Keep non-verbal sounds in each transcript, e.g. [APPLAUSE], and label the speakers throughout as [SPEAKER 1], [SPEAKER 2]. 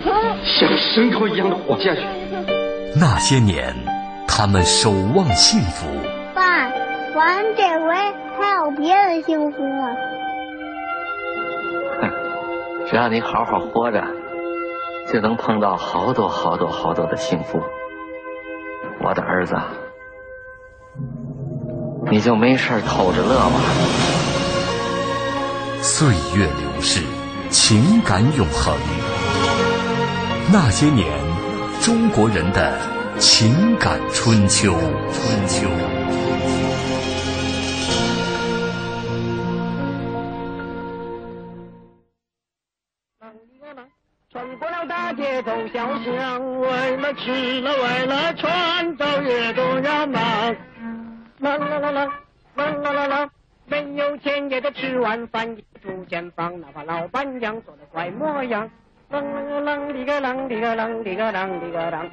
[SPEAKER 1] 像牲口一样的活下去。
[SPEAKER 2] 那些年，他们守望幸福。
[SPEAKER 3] 爸，完这回还有别的幸福吗？
[SPEAKER 4] 只要你好好活着，就能碰到好多好多好多的幸福。我的儿子，你就没事偷着乐吧。
[SPEAKER 2] 岁月流逝，情感永恒。那些年，中国人的情感春秋。春秋。
[SPEAKER 5] 穿过了大街走小巷，我们吃了玩了穿，走越多人忙。啦啦啦啦，啦啦啦啦，没有钱也得吃完饭，住间房，哪怕老板娘做的怪模样。啷啷啷里个啷里个啷里个啷里个啷，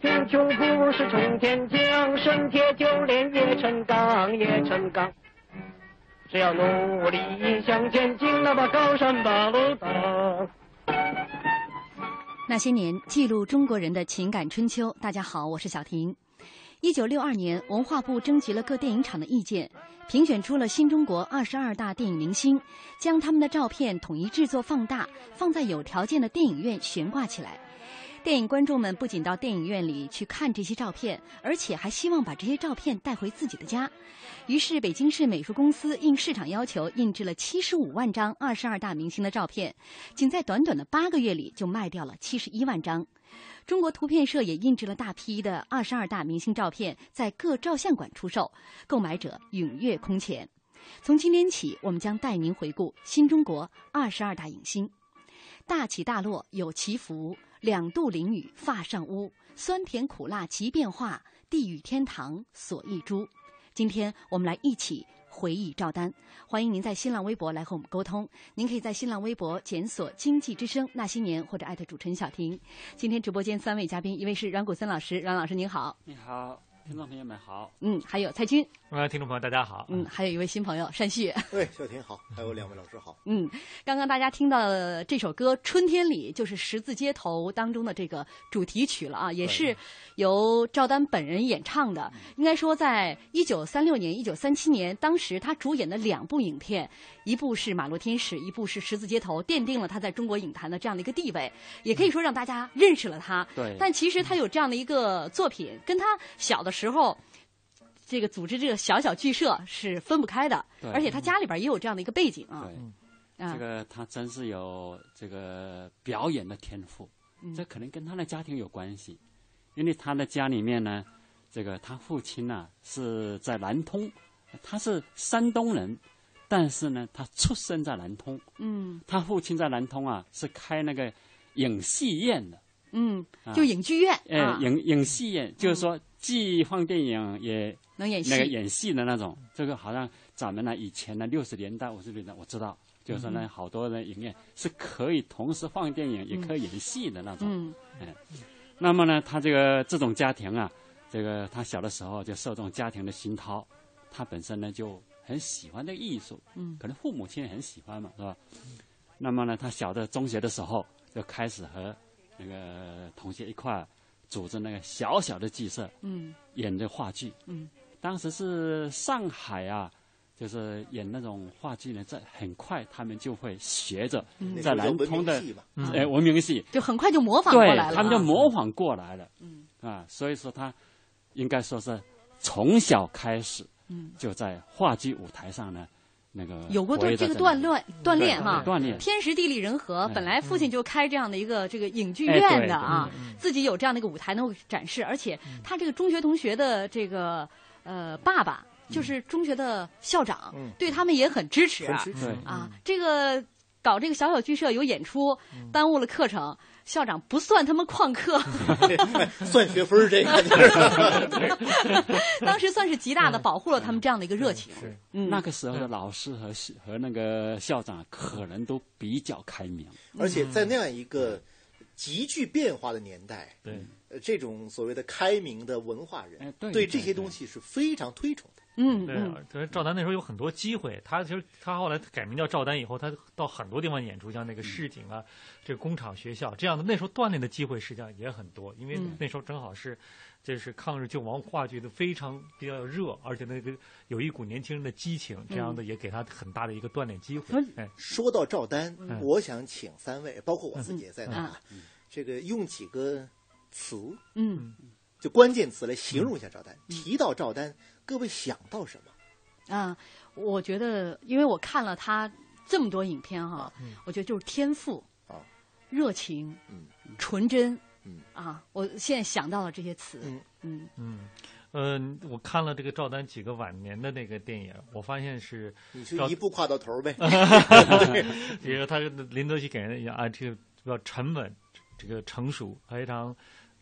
[SPEAKER 5] 贫穷不是冲天降，身铁就连也成钢也成钢。只要努力向前进，那把高山把路挡。
[SPEAKER 6] 那些年，记录中国人的情感春秋。大家好，我是小婷。一九六二年，文化部征集了各电影厂的意见，评选出了新中国二十二大电影明星，将他们的照片统一制作放大，放在有条件的电影院悬挂起来。电影观众们不仅到电影院里去看这些照片，而且还希望把这些照片带回自己的家。于是，北京市美术公司应市场要求，印制了七十五万张二十二大明星的照片，仅在短短的八个月里就卖掉了七十一万张。中国图片社也印制了大批的二十二大明星照片，在各照相馆出售，购买者踊跃空前。从今天起，我们将带您回顾新中国二十二大影星，大起大落有其福，两度淋雨发上屋，酸甜苦辣即变化，地狱天堂锁一株。今天我们来一起。回忆照单，欢迎您在新浪微博来和我们沟通。您可以在新浪微博检索“经济之声那些年”或者艾特主持人小婷。今天直播间三位嘉宾，一位是阮谷森老师，阮老师您好，
[SPEAKER 7] 你好，听众朋友们好，
[SPEAKER 6] 嗯，还有蔡军，
[SPEAKER 8] 呃，听众朋友大家好，
[SPEAKER 6] 嗯，还有一位新朋友单旭，
[SPEAKER 9] 对，小婷好，还有两位老师好，
[SPEAKER 6] 嗯，刚刚大家听到这首歌《春天里》就是《十字街头》当中的这个主题曲了啊，也是由赵丹本人演唱的，应该说在一九三六年、一九三七年当时。时他主演的两部影片，一部是《马路天使》，一部是《十字街头》，奠定了他在中国影坛的这样的一个地位，也可以说让大家认识了他。
[SPEAKER 7] 对。
[SPEAKER 6] 但其实他有这样的一个作品，跟他小的时候这个组织这个小小剧社是分不开的，而且他家里边也有这样的一个背景啊。
[SPEAKER 7] 对。这个他真是有这个表演的天赋，嗯、这可能跟他的家庭有关系，因为他的家里面呢，这个他父亲呢、啊、是在南通。他是山东人，但是呢，他出生在南通。
[SPEAKER 6] 嗯，
[SPEAKER 7] 他父亲在南通啊，是开那个影戏院的。
[SPEAKER 6] 嗯，就影剧院。
[SPEAKER 7] 哎、
[SPEAKER 6] 啊，
[SPEAKER 7] 影影戏院、嗯、就是说既放电影也
[SPEAKER 6] 能演戏，
[SPEAKER 7] 那个演戏的那种。这个好像咱们呢以前呢六十年代五十年代我知道，就是说
[SPEAKER 6] 嗯
[SPEAKER 7] 呢好多的影院是可以同时放电影、嗯、也可以演戏的那种。
[SPEAKER 6] 嗯，
[SPEAKER 7] 哎，那么呢，他这个这种家庭啊，这个他小的时候就受这种家庭的熏陶。他本身呢就很喜欢这个艺术，
[SPEAKER 6] 嗯，
[SPEAKER 7] 可能父母亲也很喜欢嘛，是吧？嗯、那么呢，他小的中学的时候就开始和那个同学一块组织那个小小的剧社，
[SPEAKER 6] 嗯，
[SPEAKER 7] 演这话剧，
[SPEAKER 6] 嗯，
[SPEAKER 7] 当时是上海啊，就是演那种话剧呢，在很快他们就会学着
[SPEAKER 6] 嗯
[SPEAKER 7] 在南通的哎文明戏，
[SPEAKER 6] 就很快就模仿嗯过来了、啊，
[SPEAKER 7] 对，他们就模仿过来了，
[SPEAKER 6] 嗯，
[SPEAKER 7] 啊，所以说他应该说是从小开始。
[SPEAKER 6] 嗯，
[SPEAKER 7] 就在话剧舞台上呢，那个
[SPEAKER 6] 有过锻这个锻炼锻炼哈，
[SPEAKER 7] 锻炼哎嗯
[SPEAKER 6] 天时地利人和。本来父亲就开这样的一个这个影剧院的啊，自己有这样的一个舞台能够展示，而且
[SPEAKER 7] 嗯
[SPEAKER 6] 他这个中学同学的这个呃爸爸
[SPEAKER 7] 嗯
[SPEAKER 6] 就是中学的校长，对他们也很支持啊。啊，
[SPEAKER 7] 嗯
[SPEAKER 6] 这个搞这个小小剧社有演出，耽误了课程。校长不算他们旷课，
[SPEAKER 9] 算学分这
[SPEAKER 7] [LAUGHS]
[SPEAKER 9] 个。
[SPEAKER 6] [LAUGHS] 当时算是极大
[SPEAKER 9] 嗯
[SPEAKER 6] 的保护了他们这样的一个热情。嗯，
[SPEAKER 7] 那个时候的老师和和那个校长可能都比较开明，
[SPEAKER 9] 而且在那样一个急剧变化的年代，
[SPEAKER 8] 对，
[SPEAKER 9] 呃，这种所谓的开明的文化人，
[SPEAKER 7] 哎对
[SPEAKER 9] 对这些东西是非常推崇的。啊
[SPEAKER 6] 嗯
[SPEAKER 8] 对
[SPEAKER 6] 嗯，，
[SPEAKER 8] 所以赵丹那时候有很多机会，他其实他后来改名叫赵丹以后，他到很多地方演出，像
[SPEAKER 6] 嗯
[SPEAKER 8] 那个市井啊、这个工厂、学校这样的，那时候锻炼的机会实际上也很多，因为
[SPEAKER 6] 嗯
[SPEAKER 8] 那时候正好是就是抗日救亡话剧的非常比较热，而且那个有一股年轻人的激情，这
[SPEAKER 6] 嗯
[SPEAKER 8] 样的也给他很大的一个锻炼机会。哎，
[SPEAKER 9] 说到赵丹，
[SPEAKER 8] 嗯
[SPEAKER 9] 我想请三位，包括我自己也在内
[SPEAKER 7] 嗯
[SPEAKER 9] 啊，这个用几个词，
[SPEAKER 6] 嗯
[SPEAKER 9] 就关键词来形容一下赵丹。
[SPEAKER 7] 嗯
[SPEAKER 9] 提到赵丹，各位想到什么？
[SPEAKER 6] 啊，我觉得，因为我看了他这么多影片哈、我觉得就是天赋
[SPEAKER 9] 嗯啊、
[SPEAKER 6] 热情、
[SPEAKER 9] 嗯
[SPEAKER 6] 纯真，
[SPEAKER 9] 嗯
[SPEAKER 6] 啊，我现在想到了这些词，
[SPEAKER 9] 嗯
[SPEAKER 6] 嗯
[SPEAKER 8] 嗯。嗯，我看了这个赵丹几个晚年的那个电影，我发现是
[SPEAKER 9] 你就
[SPEAKER 8] 赵
[SPEAKER 9] 一步跨到头儿
[SPEAKER 7] [LAUGHS]
[SPEAKER 9] 呗。
[SPEAKER 8] [LAUGHS] 比如他林则徐给人的印象啊，这个比较沉稳，这个成熟，非常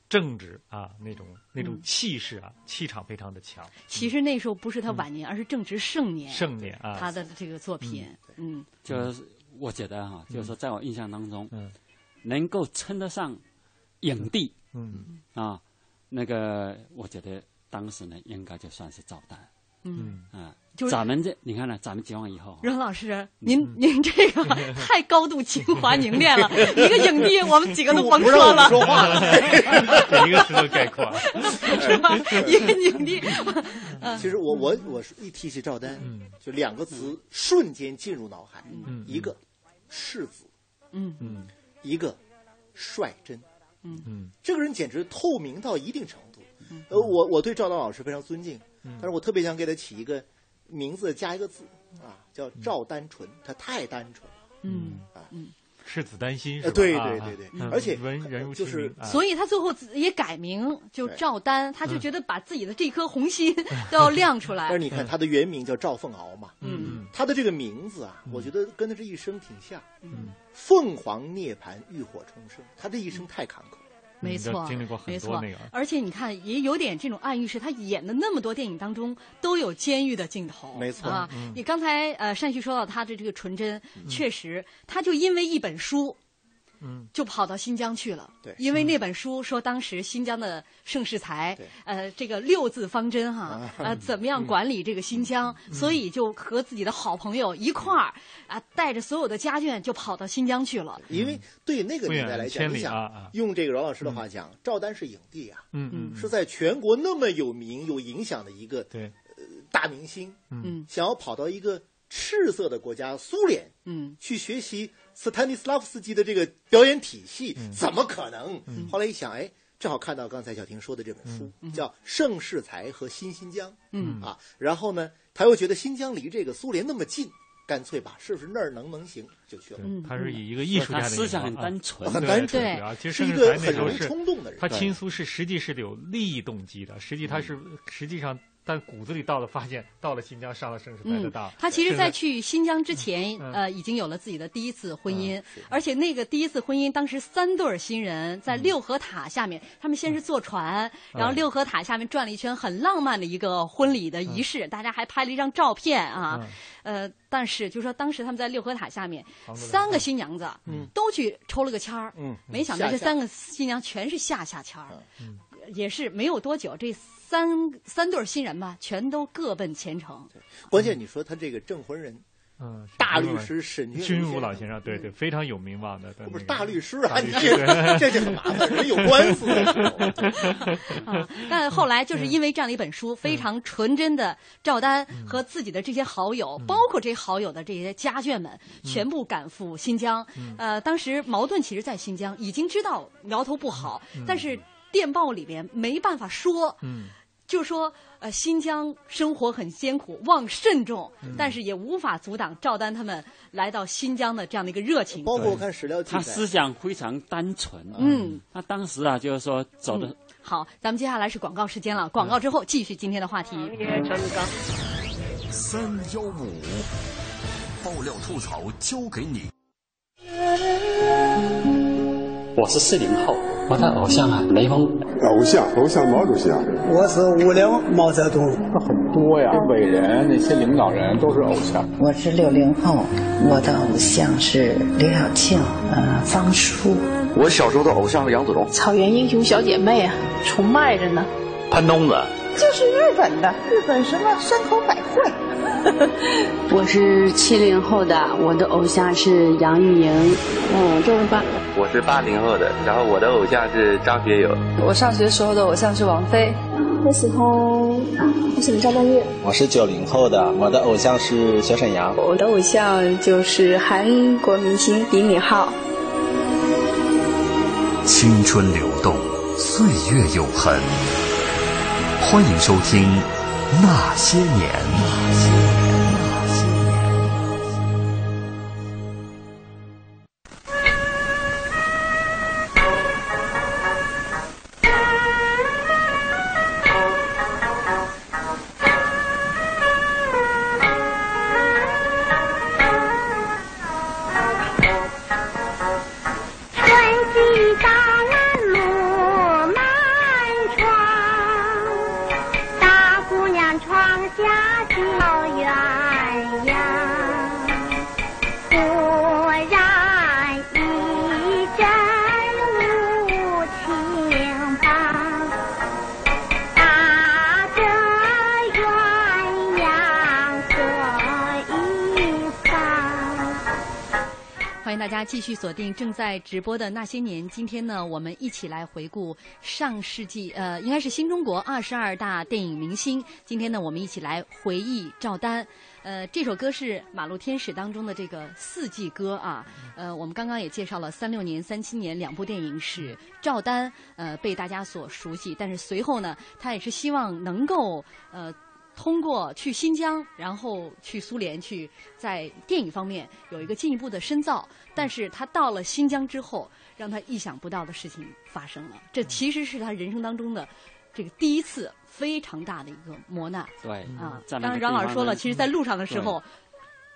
[SPEAKER 8] 正直啊，那种那种气势啊，气场非常的强，
[SPEAKER 6] 其实那时候不是他
[SPEAKER 9] 嗯
[SPEAKER 6] 晚年，而是正值盛年，
[SPEAKER 8] 盛年啊，
[SPEAKER 6] 他的这个作品，嗯
[SPEAKER 7] 就是我觉得哈、就是说在我印象当中，
[SPEAKER 8] 嗯
[SPEAKER 7] 能够称得上影帝
[SPEAKER 8] 嗯
[SPEAKER 7] 啊，那个我觉得当时呢，应该就算是赵丹
[SPEAKER 6] 嗯，
[SPEAKER 8] 嗯，
[SPEAKER 7] 啊。
[SPEAKER 6] 就是
[SPEAKER 7] 咱们这你看呢，咱们解放以后啊、
[SPEAKER 6] 任老
[SPEAKER 9] 嗯
[SPEAKER 6] 师，您您这
[SPEAKER 9] [LAUGHS]
[SPEAKER 6] 个太高度精华凝练了，一个影帝，我们几个都甭
[SPEAKER 9] 不让
[SPEAKER 6] 说
[SPEAKER 9] 我们
[SPEAKER 6] 了，
[SPEAKER 9] 说话
[SPEAKER 6] [LAUGHS]
[SPEAKER 9] 了。
[SPEAKER 8] 这一个词就概括了，
[SPEAKER 6] 是吧？一个影
[SPEAKER 9] [LAUGHS]
[SPEAKER 6] 帝，
[SPEAKER 9] 其实我我我是一提起赵丹，
[SPEAKER 8] 嗯
[SPEAKER 9] 就两个词瞬间进入脑海，
[SPEAKER 8] 嗯
[SPEAKER 9] 一个世子，
[SPEAKER 6] 嗯
[SPEAKER 8] 嗯
[SPEAKER 9] 一个率真。
[SPEAKER 8] 嗯
[SPEAKER 9] 这个人简直透明到一定程度。呃，我我对赵丹老师非常尊敬，
[SPEAKER 8] 嗯
[SPEAKER 9] 但是我特别想给他起一个名字加一个字
[SPEAKER 8] 嗯
[SPEAKER 9] 啊，叫赵丹纯，他太单纯了。
[SPEAKER 6] [LAUGHS] 嗯。
[SPEAKER 8] 赤子丹心是
[SPEAKER 9] 呃，
[SPEAKER 8] 吧？
[SPEAKER 9] 对
[SPEAKER 8] 啊
[SPEAKER 9] 对对对，
[SPEAKER 8] 嗯
[SPEAKER 9] 而且
[SPEAKER 8] 文人如
[SPEAKER 9] 就
[SPEAKER 8] 其
[SPEAKER 9] 是
[SPEAKER 8] 名啊
[SPEAKER 6] 所以他最后也改名，就
[SPEAKER 9] 对
[SPEAKER 6] 赵丹，他就觉得把自己的这颗红心都要亮出
[SPEAKER 9] 但是
[SPEAKER 6] 来。
[SPEAKER 9] 你看他的原名叫赵凤鳌嘛，
[SPEAKER 8] 嗯
[SPEAKER 9] 他的这个名字啊，我觉得跟他这一生挺像。
[SPEAKER 8] 嗯，
[SPEAKER 9] 凤凰涅槃，浴火重生，他这一生太坎坷了。
[SPEAKER 6] 没错
[SPEAKER 8] 你经历过，
[SPEAKER 6] 没
[SPEAKER 8] 很多
[SPEAKER 6] 错
[SPEAKER 8] 那个，。
[SPEAKER 6] 而且你看，也有点这种暗喻，是他演的那么多电影当中都有监狱的镜头，
[SPEAKER 9] 没错
[SPEAKER 6] 啊。
[SPEAKER 8] 嗯
[SPEAKER 6] 你刚才呃单旭说到他的这个纯真，确实，他就因为一本书，
[SPEAKER 8] 嗯，
[SPEAKER 6] 就跑到新疆去了。
[SPEAKER 9] 对
[SPEAKER 6] 因为那本书说当时新疆的盛世才
[SPEAKER 9] 对，啊
[SPEAKER 6] 呃，这个六字方针哈，呃，怎么
[SPEAKER 8] 嗯
[SPEAKER 6] 样管理这个新疆，所以就和自己的好朋友一块儿啊、带着所有的家眷就跑到新疆去了。
[SPEAKER 9] 因为对那个年代来
[SPEAKER 8] 嗯不远
[SPEAKER 9] 讲，
[SPEAKER 8] 千里
[SPEAKER 9] 你
[SPEAKER 8] 啊啊
[SPEAKER 9] 想用这个饶老师的话讲，赵丹是影帝啊，
[SPEAKER 8] 嗯嗯，
[SPEAKER 9] 是在全国那么有名有影响的一个
[SPEAKER 8] 对，
[SPEAKER 9] 大明星，
[SPEAKER 6] 嗯
[SPEAKER 9] 想要跑到一个赤色的国家苏联
[SPEAKER 6] 嗯
[SPEAKER 9] 去学习斯坦尼斯拉夫斯基的这个表演体系，
[SPEAKER 8] 嗯
[SPEAKER 9] 怎么可能？后来一想，哎，正好看到刚才小婷说的这本书，
[SPEAKER 8] 嗯
[SPEAKER 9] 叫《盛世才和新新疆》
[SPEAKER 6] 嗯
[SPEAKER 9] 啊，然后呢，他又觉得新疆离这个苏联那么近，干脆吧，是不是那儿能能行就去了。
[SPEAKER 8] 他是以一
[SPEAKER 9] 嗯
[SPEAKER 8] 个艺术家
[SPEAKER 7] 他
[SPEAKER 8] 的
[SPEAKER 7] 思
[SPEAKER 8] 眼
[SPEAKER 7] 想
[SPEAKER 8] 光
[SPEAKER 7] 很
[SPEAKER 8] 啊
[SPEAKER 7] 单纯，
[SPEAKER 9] 很单纯
[SPEAKER 6] 嗯对
[SPEAKER 8] 啊，其
[SPEAKER 9] 是
[SPEAKER 8] 实
[SPEAKER 9] 一
[SPEAKER 8] 盛世
[SPEAKER 9] 个
[SPEAKER 8] 才那
[SPEAKER 9] 很
[SPEAKER 8] 时候
[SPEAKER 9] 容易
[SPEAKER 8] 是
[SPEAKER 9] 冲动的人，
[SPEAKER 8] 他亲苏是实际是有利益动机的，实际
[SPEAKER 9] 嗯
[SPEAKER 8] 他是、实际上，但骨子里到了发现，到了新疆上了盛世才的
[SPEAKER 6] 嗯
[SPEAKER 8] 当，，
[SPEAKER 6] 他其实，
[SPEAKER 8] 是
[SPEAKER 6] 在去新疆之前，
[SPEAKER 8] 嗯
[SPEAKER 6] 呃，已经有了自己的第一次婚姻，而且那个第一次婚姻，当时三对儿新人在
[SPEAKER 8] 嗯
[SPEAKER 6] 六合塔下面，他们先是坐船，然后六合塔下面转了一圈，很浪漫的一个婚礼的仪
[SPEAKER 8] 嗯
[SPEAKER 6] 式，大家还拍了一张照片啊，呃，但是就说当时他们在六合塔下面，三
[SPEAKER 8] 嗯
[SPEAKER 6] 个新娘子，都去抽了个签儿，
[SPEAKER 9] 嗯
[SPEAKER 6] 没想到这
[SPEAKER 9] 下下
[SPEAKER 6] 三个新娘全是下下签儿，
[SPEAKER 8] 嗯
[SPEAKER 6] 也是没有多久，这三三对儿新人吧，全都各奔前程。
[SPEAKER 9] 关键你说他这个证婚人，
[SPEAKER 8] 嗯，
[SPEAKER 9] 大律师沈
[SPEAKER 8] 军
[SPEAKER 9] 军
[SPEAKER 8] 武老先生，对对，非常有名望的，
[SPEAKER 9] 嗯不是
[SPEAKER 8] 那个
[SPEAKER 9] 大律师啊，
[SPEAKER 8] 嗯大
[SPEAKER 9] 你
[SPEAKER 8] 律
[SPEAKER 9] 这
[SPEAKER 8] 师对
[SPEAKER 9] 这就很麻烦，人有官
[SPEAKER 8] [LAUGHS]
[SPEAKER 9] 司的时候。
[SPEAKER 6] 啊， [LAUGHS] 但后来
[SPEAKER 9] 嗯
[SPEAKER 6] 就是因为这样的一本书，非常纯真的赵丹和自己的这些好友，
[SPEAKER 9] 嗯
[SPEAKER 6] 包括这些好友的这些家眷们，全部赶赴新疆。
[SPEAKER 9] 嗯
[SPEAKER 6] 呃，当时矛盾其实，在新疆已经知道苗头不好，
[SPEAKER 9] 嗯
[SPEAKER 6] 但是电报里面没办法说，
[SPEAKER 8] 嗯
[SPEAKER 6] 就说呃新疆生活很艰苦，望慎重，
[SPEAKER 9] 嗯
[SPEAKER 6] 但是也无法阻挡赵丹他们来到新疆的这样的一个热情。
[SPEAKER 9] 包括我看史料记载，
[SPEAKER 7] 他思想非常单纯。
[SPEAKER 6] 嗯，
[SPEAKER 7] 他当时啊，就是说走的
[SPEAKER 6] 好，咱们接下来是广告时间了，广告之后继续今天的话题。
[SPEAKER 5] 也成钢。
[SPEAKER 2] 三幺五，爆料吐槽交给你。
[SPEAKER 7] 我是四零后，我的偶像啊，雷锋。
[SPEAKER 10] 偶像，偶像毛主席啊，
[SPEAKER 11] 我是五零毛泽东，
[SPEAKER 10] 很多呀，伟人那些领导人都是偶像。
[SPEAKER 11] 我是六零后，我的偶像是刘晓庆，呃，方舒，
[SPEAKER 1] 我小时候的偶像是杨子荣、
[SPEAKER 11] 草原英雄小姐妹啊，崇拜着呢。
[SPEAKER 1] 潘东子、
[SPEAKER 12] 就是日本的，日本什么山口百惠。
[SPEAKER 13] [LAUGHS] 我是七零后的，我的偶像是杨钰莹，嗯，周润发。
[SPEAKER 14] 我是八零后的，然后我的偶像是张学友。
[SPEAKER 15] 我上学时候的偶像是王菲。
[SPEAKER 16] 啊我喜欢，啊我喜欢张曼玉。
[SPEAKER 17] 我是九零后的，我的偶像是小沈阳。
[SPEAKER 18] 我的偶像就是韩国明星李敏镐。
[SPEAKER 2] 青春流动，岁月永恒。欢迎收听《那些年》。
[SPEAKER 6] 继续锁定正在直播的那些年，今天呢，我们一起来回顾上世纪，呃，应该是新中国二十二大电影明星。今天呢，我们一起来回忆赵丹。呃，这首歌是《马路天使》当中的这个四季歌啊。呃，我们刚刚也介绍了三六年、三七年两部电影使赵丹呃被大家所熟悉，但是随后呢，他也是希望能够呃。通过去新疆，然后去苏联，去在电影方面有一个进一步的深造。但是他到了新疆之后，让他意想不到的事情发生了。这其实是他人生当中的这个第一次非常大的一个磨难。
[SPEAKER 7] 对
[SPEAKER 6] 啊，刚刚阮老师说了，其实，在路上的时候，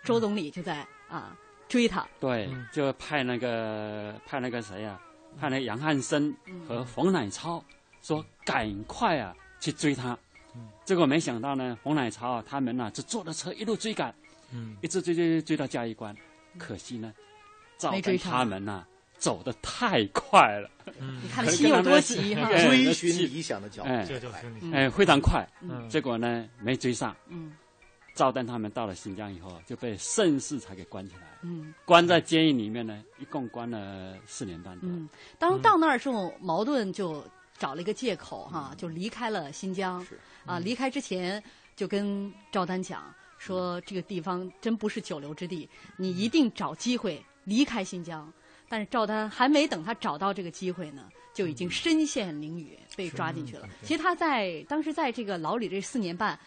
[SPEAKER 6] 周总理就在啊追他。
[SPEAKER 7] 对，就派那个派那个谁呀、啊，派那杨汉生和冯乃超说：“赶快啊，去追他。”结果没想到呢，红奶茶、啊、他们呢、啊，就坐着车一路追赶，嗯，一直追追追追到嘉峪关，可惜呢，赵丹他们呐、啊、走的太快了，
[SPEAKER 6] 嗯，你看心有多急哈，
[SPEAKER 8] 哎
[SPEAKER 6] 嗯
[SPEAKER 9] 追寻理想的脚步，
[SPEAKER 7] 哎，哎，非常快，嗯，结果呢没追上，嗯，赵丹他们到了新疆以后就被盛世才给关起来，嗯，关在监狱里面呢，一共关了四年半多，嗯，
[SPEAKER 6] 当到那儿时候矛盾就。找了一个借口哈，就离开了新疆。啊，离开之前就跟赵丹讲说，这个地方真不是久留之地，你一定找机会离开新疆。但是赵丹还没等他找到这个机会呢，就已经身陷囹圄，被抓进去了。其实他在当时在这个牢里这四年半，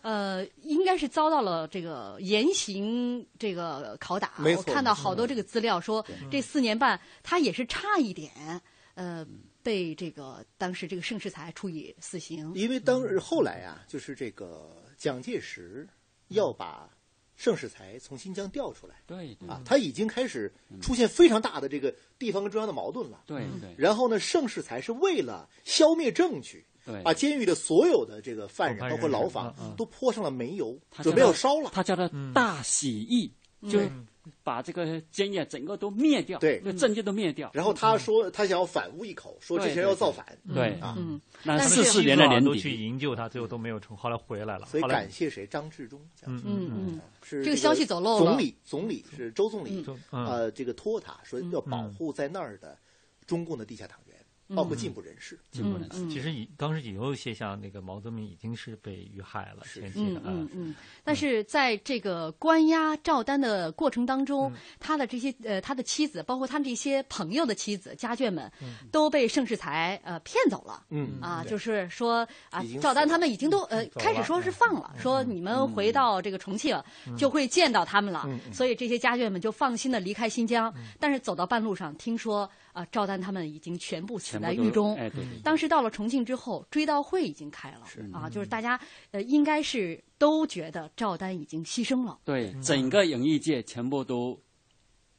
[SPEAKER 6] 呃，应该是遭到了这个严刑这个拷打。我看到好多这个资料说，这四年半他也是差一点，呃。被这个当时这个盛世才处以死刑，
[SPEAKER 9] 因为当后来啊，就是这个蒋介石要把盛世才从新疆调出来，
[SPEAKER 7] 对
[SPEAKER 9] 啊，他已经开始出现非常大的这个地方跟中央的矛盾了，
[SPEAKER 7] 对对。
[SPEAKER 9] 然后呢，盛世才是为了消灭证据，把监狱的所有的这个犯人，包括牢房，都泼上了煤油，准备要烧了。嗯
[SPEAKER 7] 他叫他大起义，就。把这个监狱整个都灭掉，
[SPEAKER 9] 对，
[SPEAKER 7] 证据都灭掉。
[SPEAKER 9] 然后他说他想要反诬一口，说这些人要造反，
[SPEAKER 7] 对嗯
[SPEAKER 6] 嗯
[SPEAKER 9] 啊。
[SPEAKER 7] 那四四年的年
[SPEAKER 8] 都去营救他，最后都没有成，后来回来了。
[SPEAKER 9] 所以感谢谁？张治中，啊
[SPEAKER 6] 嗯嗯，
[SPEAKER 9] 是
[SPEAKER 6] 这个消息走漏嗯
[SPEAKER 9] 了。总理总理是周总理，
[SPEAKER 8] 嗯
[SPEAKER 9] 呃，这个托他说要保护在那儿的中共的地下党
[SPEAKER 6] 嗯
[SPEAKER 9] 员，包括进步人士。
[SPEAKER 7] 进步人
[SPEAKER 9] 嗯
[SPEAKER 7] 士
[SPEAKER 8] 其实已当时也有些像那个毛泽东已经是被遇害了，前期的啊
[SPEAKER 6] 嗯嗯。但是在这个关押赵丹的过程当中，嗯、他的这些呃，他的妻子，包括他这些朋友的妻子、家眷们，嗯、都被盛世才呃骗走了。
[SPEAKER 9] 嗯
[SPEAKER 6] 啊，就是说啊，赵丹他们已经都呃开始说是放了，嗯说你们回到这个重庆就会见到他们了，嗯、所以这些家眷们就放心的离开新疆。但是走到半路上，听说啊、呃，赵丹他们已经全部死在狱中。
[SPEAKER 7] 哎，对。
[SPEAKER 6] 当时到了重庆之后，追悼会已经开了啊，就是大家呃应该是。都觉得赵丹已经牺牲了，
[SPEAKER 7] 对，整个影艺界全部都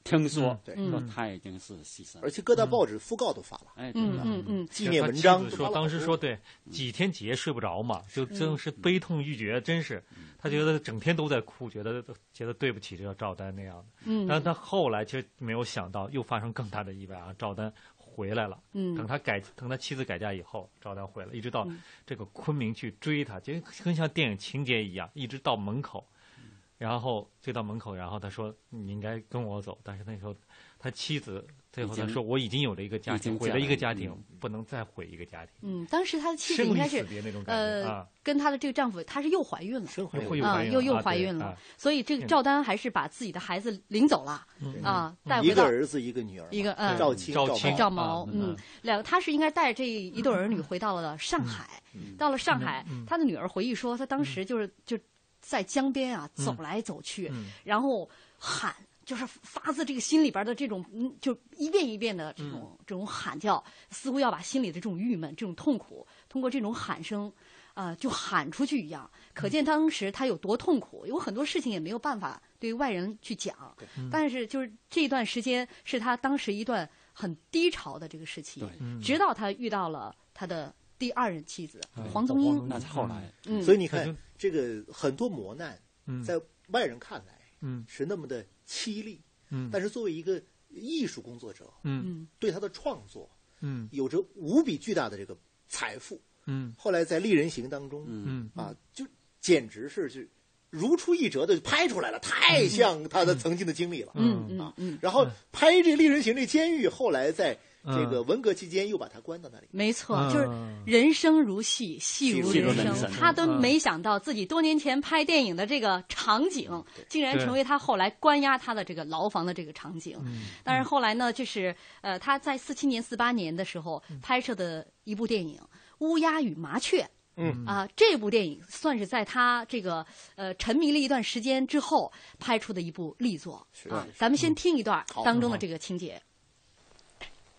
[SPEAKER 7] 听
[SPEAKER 8] 嗯
[SPEAKER 7] 说，
[SPEAKER 9] 对，
[SPEAKER 7] 说他已经是牺牲，
[SPEAKER 9] 而且各大报纸讣告都发了，
[SPEAKER 7] 哎，
[SPEAKER 6] 嗯嗯嗯，
[SPEAKER 9] 纪念文章
[SPEAKER 8] 说，当
[SPEAKER 9] 嗯
[SPEAKER 8] 时说对，几天几夜睡不着嘛，就真是悲痛欲绝，真是，他觉得整天都在哭，觉得觉得对不起这
[SPEAKER 6] 嗯
[SPEAKER 8] 个赵丹那样的，嗯，但他后来却没有想到又发生更大的意外啊，赵丹。回来了。
[SPEAKER 6] 嗯
[SPEAKER 8] 等他改，等他妻子改嫁以后，赵丹回来，一直到这个昆明去追他，就很像电影情节一样，一直到门口，
[SPEAKER 7] 嗯
[SPEAKER 8] 然后追到门口，然后他说你应该跟我走，但是那时候他妻子最后他
[SPEAKER 7] 已经
[SPEAKER 8] 说我已经有了一个家
[SPEAKER 7] 已
[SPEAKER 8] 庭，
[SPEAKER 7] 经
[SPEAKER 8] 毁了一个
[SPEAKER 7] 嫁
[SPEAKER 8] 家
[SPEAKER 7] 了
[SPEAKER 8] 庭，
[SPEAKER 7] 嗯
[SPEAKER 8] 不能再毁一个家庭。
[SPEAKER 6] 嗯，当时他的妻子
[SPEAKER 8] 生
[SPEAKER 6] 应该
[SPEAKER 8] 离
[SPEAKER 6] 是
[SPEAKER 8] 死别那种感觉
[SPEAKER 6] 呃、
[SPEAKER 8] 啊
[SPEAKER 6] 跟她的这个丈夫，她是又怀孕了，
[SPEAKER 8] 生怀孕了
[SPEAKER 6] 啊，
[SPEAKER 8] 又怀孕了
[SPEAKER 6] 又又
[SPEAKER 8] 啊
[SPEAKER 6] 怀
[SPEAKER 8] 对
[SPEAKER 6] 孕了、嗯
[SPEAKER 8] 啊
[SPEAKER 6] 所以这个赵丹还是把自己的孩子领走了、
[SPEAKER 9] 嗯
[SPEAKER 6] 啊，
[SPEAKER 9] 嗯
[SPEAKER 6] 带
[SPEAKER 9] 一
[SPEAKER 6] 回
[SPEAKER 9] 个
[SPEAKER 6] 到。
[SPEAKER 9] 儿子一个女儿嘛，
[SPEAKER 6] 一个嗯，
[SPEAKER 9] 赵青
[SPEAKER 6] 青
[SPEAKER 8] 啊
[SPEAKER 9] 赵
[SPEAKER 6] 赵
[SPEAKER 9] 猫
[SPEAKER 6] 毛，，嗯，两个他是应该带着这一对儿女回到了上海，到了上海，他的女儿回忆说，他当时就是就在江边啊
[SPEAKER 19] 嗯
[SPEAKER 6] 走来走去
[SPEAKER 19] 嗯，
[SPEAKER 6] 然后喊，就是发自这个心里边的这种，嗯就一遍一遍的这种
[SPEAKER 7] 嗯
[SPEAKER 6] 这种喊叫，似乎要把心里的这种郁闷、这种痛苦，通过这种喊声。啊、就喊出去一样，
[SPEAKER 7] 嗯
[SPEAKER 6] 可见当时他有多痛苦，有很多事情也没有办法对外人去讲。
[SPEAKER 19] 嗯
[SPEAKER 6] 但是就是这段时间是他当时一段很低潮的这个时期
[SPEAKER 7] 对嗯，
[SPEAKER 6] 直到他遇到了他的第二任妻子
[SPEAKER 7] 对
[SPEAKER 6] 黄宗英。
[SPEAKER 7] 那是后来嗯
[SPEAKER 6] 嗯
[SPEAKER 9] 所以你看，这个很多磨难，在外人看来，
[SPEAKER 8] 嗯
[SPEAKER 9] 是那么的凄厉，
[SPEAKER 8] 嗯
[SPEAKER 9] 但是作为一个艺术工作者，
[SPEAKER 8] 嗯，
[SPEAKER 9] 对他的创作
[SPEAKER 8] 嗯
[SPEAKER 9] 有着无比巨大的这个财富。
[SPEAKER 8] 嗯
[SPEAKER 9] 后来在《丽人行》当中，
[SPEAKER 8] 嗯
[SPEAKER 9] 啊，就简直是就如出一辙的拍出来了，太像他的曾经的经历了，
[SPEAKER 8] 嗯
[SPEAKER 6] 嗯嗯，
[SPEAKER 9] 然后拍这《丽人行》这监狱，后来在这个
[SPEAKER 6] 嗯
[SPEAKER 9] 文革期间又把他关到那里。
[SPEAKER 6] 没错，
[SPEAKER 9] 嗯
[SPEAKER 6] 就是人生如戏，戏
[SPEAKER 9] 戏如
[SPEAKER 6] 人
[SPEAKER 9] 人
[SPEAKER 6] 生
[SPEAKER 9] 生。
[SPEAKER 6] 他都没想到自己多年前拍电影的这个场景，竟然成为他后来关押他的这个牢房的这个场景。
[SPEAKER 19] 嗯
[SPEAKER 6] 但是后来呢，就是呃，他在四七年、四八年的时候拍摄的一部电影《乌鸦与麻雀》。
[SPEAKER 19] 嗯
[SPEAKER 6] 啊，这部电影算是在他这个呃沉迷了一段时间之后拍出的一部力作
[SPEAKER 19] 是
[SPEAKER 6] 啊
[SPEAKER 19] 是。
[SPEAKER 6] 咱们先听一段
[SPEAKER 19] 好
[SPEAKER 6] 当中的
[SPEAKER 19] 嗯
[SPEAKER 6] 这个情节。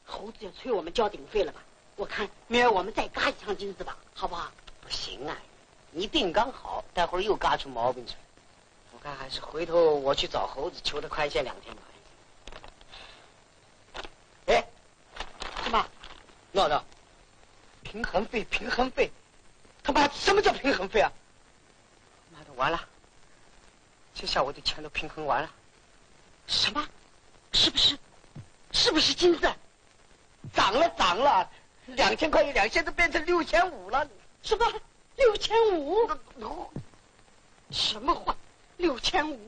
[SPEAKER 19] 猴子就催我们交顶费了吧？我看明儿我们再嘎一趟金子吧，好不好？不行啊，一定刚好，待会儿又嘎出毛病去。我看还是回头我去找猴子求他宽限两天吧。哎，干嘛？闹闹，平衡费，平衡费，他妈什么叫平衡费啊？妈的，完了！这下我的钱都平衡完了。什么？是不是？是不是金子？涨了涨了，两千块一两，现在变成六千五了。什么？六千五？什么话？六千五？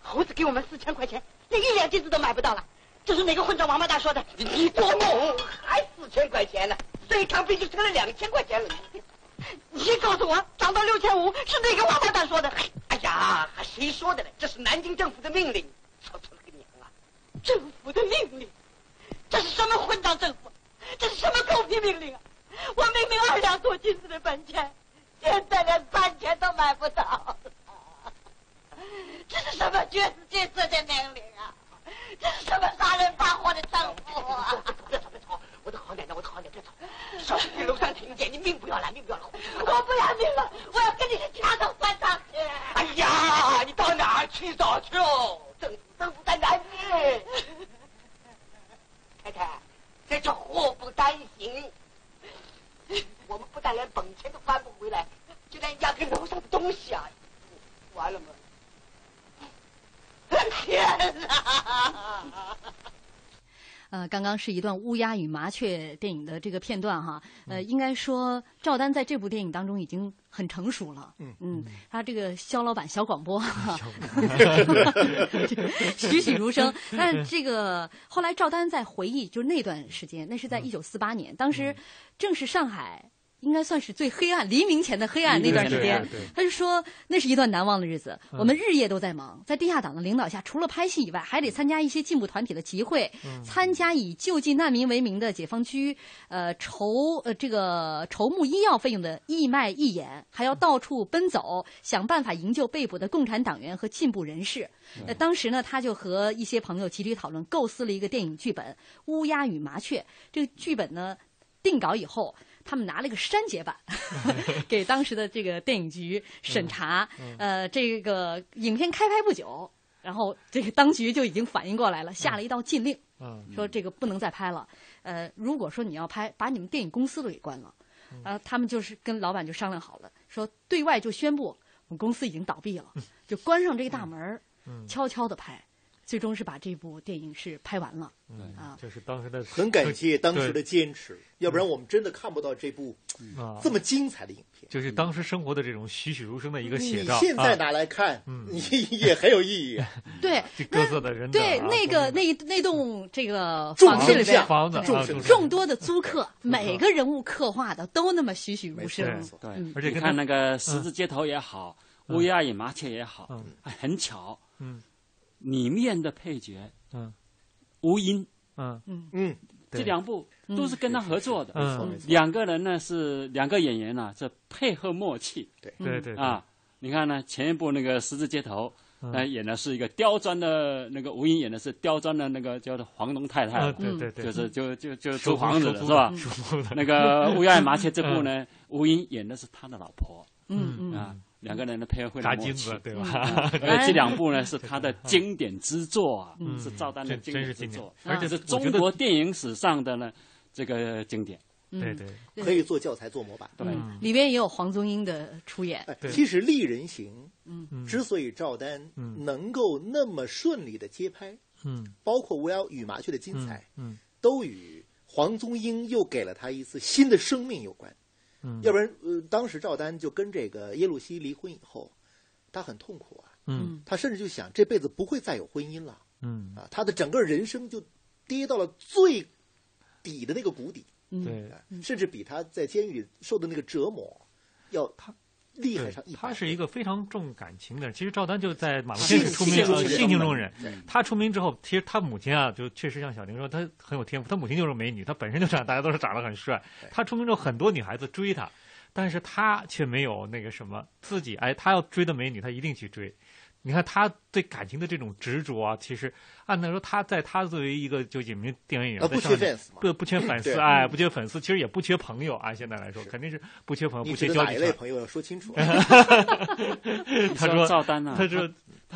[SPEAKER 19] 猴子给我们四千块钱，连一两金子都买不到了。这是哪个混账王八蛋说的？你你做梦！还四千块钱呢，这一趟费就成了两千块钱了。你先告诉我，涨到六千五是哪个王八蛋说的？哎呀，还谁说的呢？这是南京政府的命令。操他妈个娘啊！政府的命令。这是什么混账政府？这是什么狗屁命令啊！我明明二两多金子的本钱，现在连半钱都买不到。这是什么绝子绝孙的命令啊！这是什么杀人放火的政府啊！别吵别吵，我的好奶奶，我的好奶奶，别吵！小心给楼上听见，你命不要了，命不要了！我不要命了，我要跟你去掐头算账去！哎呀，你到哪儿去找去哦？政府政府在南京。太太，这叫祸不单行。我们不但连本钱都翻不回来，就连压根楼上的东西啊，完了吗？ [LAUGHS] 天哪！
[SPEAKER 6] 呃，刚刚是一段《乌鸦与麻雀》电影的这个片段哈，呃，应该说赵丹在这部电影当中已经很成熟了，嗯他这个肖老板、小广播，哈栩栩如生。但是这个后来赵丹在回忆，就是那段时间，那是在一九四八年，当时正是上海。应该算是最黑暗、黎明前的黑暗那段时间
[SPEAKER 19] 黎明前的黑暗对，
[SPEAKER 6] 他就说那是一段难忘的日子。
[SPEAKER 19] 嗯
[SPEAKER 6] 我们日夜都在忙，在地下党的领导下，除了拍戏以外，还得参加一些进步团体的集会，
[SPEAKER 19] 嗯
[SPEAKER 6] 参加以救济难民为名的解放军，呃，筹呃这个筹募医药费用的义卖义演，还要到处奔走，想办法营救被捕的共产党员和进步人士。那、
[SPEAKER 19] 对
[SPEAKER 6] 当时呢，他就和一些朋友集体讨论，构思了一个电影剧本《乌鸦与麻雀》。这个剧本呢，定稿以后，他们拿了一个删节版，
[SPEAKER 8] [LAUGHS]
[SPEAKER 6] 给当时的这个电影局审查。
[SPEAKER 19] 嗯嗯
[SPEAKER 6] 呃，这个影片开拍不久，然后这个当局就已经反应过来了，下了一道禁令，
[SPEAKER 8] 嗯
[SPEAKER 6] 说这个不能再拍了。呃，如果说你要拍，把你们电影公司都给关了。
[SPEAKER 8] 嗯
[SPEAKER 6] 然后他们就是跟老板就商量好了，说对
[SPEAKER 8] 嗯
[SPEAKER 6] 外就宣布我们公司已经倒闭了，就关上这个大门儿，悄悄的拍。最终是把这部电影是拍完了。
[SPEAKER 8] 嗯啊，就是当时的
[SPEAKER 9] 很感谢当时的坚持，要不然我们真的看不到这部
[SPEAKER 8] 啊
[SPEAKER 9] 这么精彩的影片。
[SPEAKER 8] 就是当时生活的这种栩栩如生的一个写照。啊嗯
[SPEAKER 9] 你现在拿来看，你也很有意
[SPEAKER 8] [LAUGHS]
[SPEAKER 9] 义。
[SPEAKER 6] 对，
[SPEAKER 8] 各色的人
[SPEAKER 6] 对那个那那栋这个
[SPEAKER 9] 房
[SPEAKER 6] 子里边，
[SPEAKER 8] 嗯房子
[SPEAKER 6] 众多的租客，
[SPEAKER 8] 嗯
[SPEAKER 6] 每个人物刻画的都那么栩栩如生。
[SPEAKER 7] 对，而且看那个十字街头也好，乌鸦与麻雀也好，哎很巧。嗯，里面的配角，
[SPEAKER 8] 嗯，
[SPEAKER 7] 吴英，
[SPEAKER 8] 嗯
[SPEAKER 6] 嗯
[SPEAKER 9] 嗯，
[SPEAKER 7] 这两部都是跟他合作的。
[SPEAKER 8] 嗯，
[SPEAKER 7] 两个人呢是两个演员呢，这配合默契。
[SPEAKER 9] 对
[SPEAKER 8] 对对嗯
[SPEAKER 7] 啊，哎你看呢，前一部那个《十字街头》，那演的是一个刁钻的那个吴英，演的是刁钻的那个叫做黄龙太太。
[SPEAKER 8] 啊对呃对对，
[SPEAKER 7] 就是就就就租房子的是
[SPEAKER 8] 嗯
[SPEAKER 7] 吧？那个《乌鸦与麻雀》这部呢，吴英演的是他的老婆。
[SPEAKER 6] 嗯嗯
[SPEAKER 7] 啊。两个人的配合会
[SPEAKER 8] [LAUGHS] 扎
[SPEAKER 7] 金
[SPEAKER 8] 子，对吧？ [LAUGHS]
[SPEAKER 7] 而且这两部呢是他的经典之作啊，
[SPEAKER 8] [LAUGHS] 嗯
[SPEAKER 7] 是赵丹的经典之作，
[SPEAKER 8] 而且
[SPEAKER 7] 啊是中国电影史上的呢这个经典。
[SPEAKER 8] 对对，嗯
[SPEAKER 9] 可以做教材、做模板。哎
[SPEAKER 7] 对，
[SPEAKER 6] 嗯里边也有黄宗英的出演。
[SPEAKER 9] 其实《丽人行》
[SPEAKER 8] 嗯，
[SPEAKER 9] 之所以赵丹能够那么顺利的接拍，
[SPEAKER 8] 嗯，
[SPEAKER 9] 包括《乌鸦与麻雀》的精彩，
[SPEAKER 8] 嗯，
[SPEAKER 9] 都与黄宗英又给了他一次新的生命有关。
[SPEAKER 8] 嗯，
[SPEAKER 9] 要不然，呃，当时赵丹就跟这个耶鲁西离婚以后，他很痛苦啊。
[SPEAKER 8] 嗯，
[SPEAKER 9] 他甚至就想这辈子不会再有婚姻了。
[SPEAKER 8] 嗯，
[SPEAKER 9] 啊，他的整个人生就跌到了最底的那个谷底。
[SPEAKER 6] 嗯
[SPEAKER 9] 啊
[SPEAKER 8] 对，
[SPEAKER 9] 甚至比他在监狱里受的那个折磨要他厉害上一
[SPEAKER 8] 他是一个非常重感情的人。其实赵丹就在马路先生出名，性情中人。
[SPEAKER 9] 嗯
[SPEAKER 8] 他出名之后，其实他母亲啊，就确实像小玲说，他很有天赋。他母亲就是美女，他本身就长，大家都是长得很帅。他出名之后，很多女孩子追他，但是他却没有那个什么自己。哎，他要追的美女，他一定去追。你看他对感情的这种执着啊，其实按理说他在他作为一个就影迷电影演员，
[SPEAKER 9] 啊不缺粉丝，
[SPEAKER 8] 不不缺粉丝，
[SPEAKER 9] 嗯
[SPEAKER 8] 哎，不缺粉丝，其实也不缺朋友啊。现在来说，肯定是不缺朋友，不缺交嗯
[SPEAKER 9] 哪一类朋友要说清楚。啊
[SPEAKER 8] [LAUGHS] 他说
[SPEAKER 7] 赵丹呢，啊
[SPEAKER 8] 他说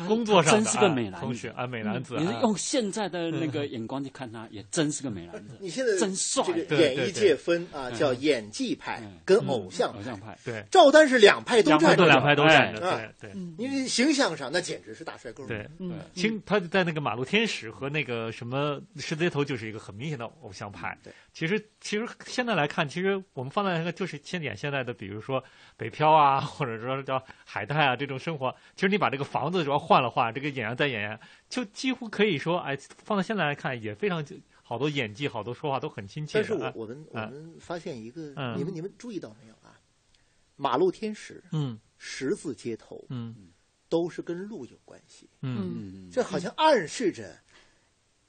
[SPEAKER 8] 工作上
[SPEAKER 7] 真是个美男嗯
[SPEAKER 8] 同学啊，嗯美男子。
[SPEAKER 7] 你用现在的那个眼光去看他，也真是个美男子。
[SPEAKER 9] 你
[SPEAKER 8] [LAUGHS]
[SPEAKER 9] 现在
[SPEAKER 7] 真帅，
[SPEAKER 9] 演艺界分
[SPEAKER 8] 嗯
[SPEAKER 9] 啊，叫演技派跟偶像
[SPEAKER 7] 派。
[SPEAKER 8] 对，
[SPEAKER 9] 赵丹是两派都站，
[SPEAKER 8] 都嗯两派都
[SPEAKER 7] 哎
[SPEAKER 8] 站着，对对。
[SPEAKER 9] 因为形象上那简直是大帅哥。
[SPEAKER 8] 对，青嗯他在那个《马路天使》和那个什么《十字街头》就是一个很明显的偶像派。
[SPEAKER 9] 对，
[SPEAKER 8] 其实其实现在来看，其实我们放在那个就是先演现在的，比如说北漂啊， [LAUGHS] 或者说叫海带啊这种生活。其实你把这个房子主要换了换，这个演员再演员，就几乎可以说，哎，放到现在来看也非常好多演技，好多说话都很亲切。啊
[SPEAKER 9] 但是我我们我们发现一个，你们你们注意到没有啊？马路天使，
[SPEAKER 8] 嗯，
[SPEAKER 9] 十字街头，
[SPEAKER 8] 嗯，
[SPEAKER 9] 都是跟路有关系。
[SPEAKER 8] 嗯，
[SPEAKER 9] 这好像暗示着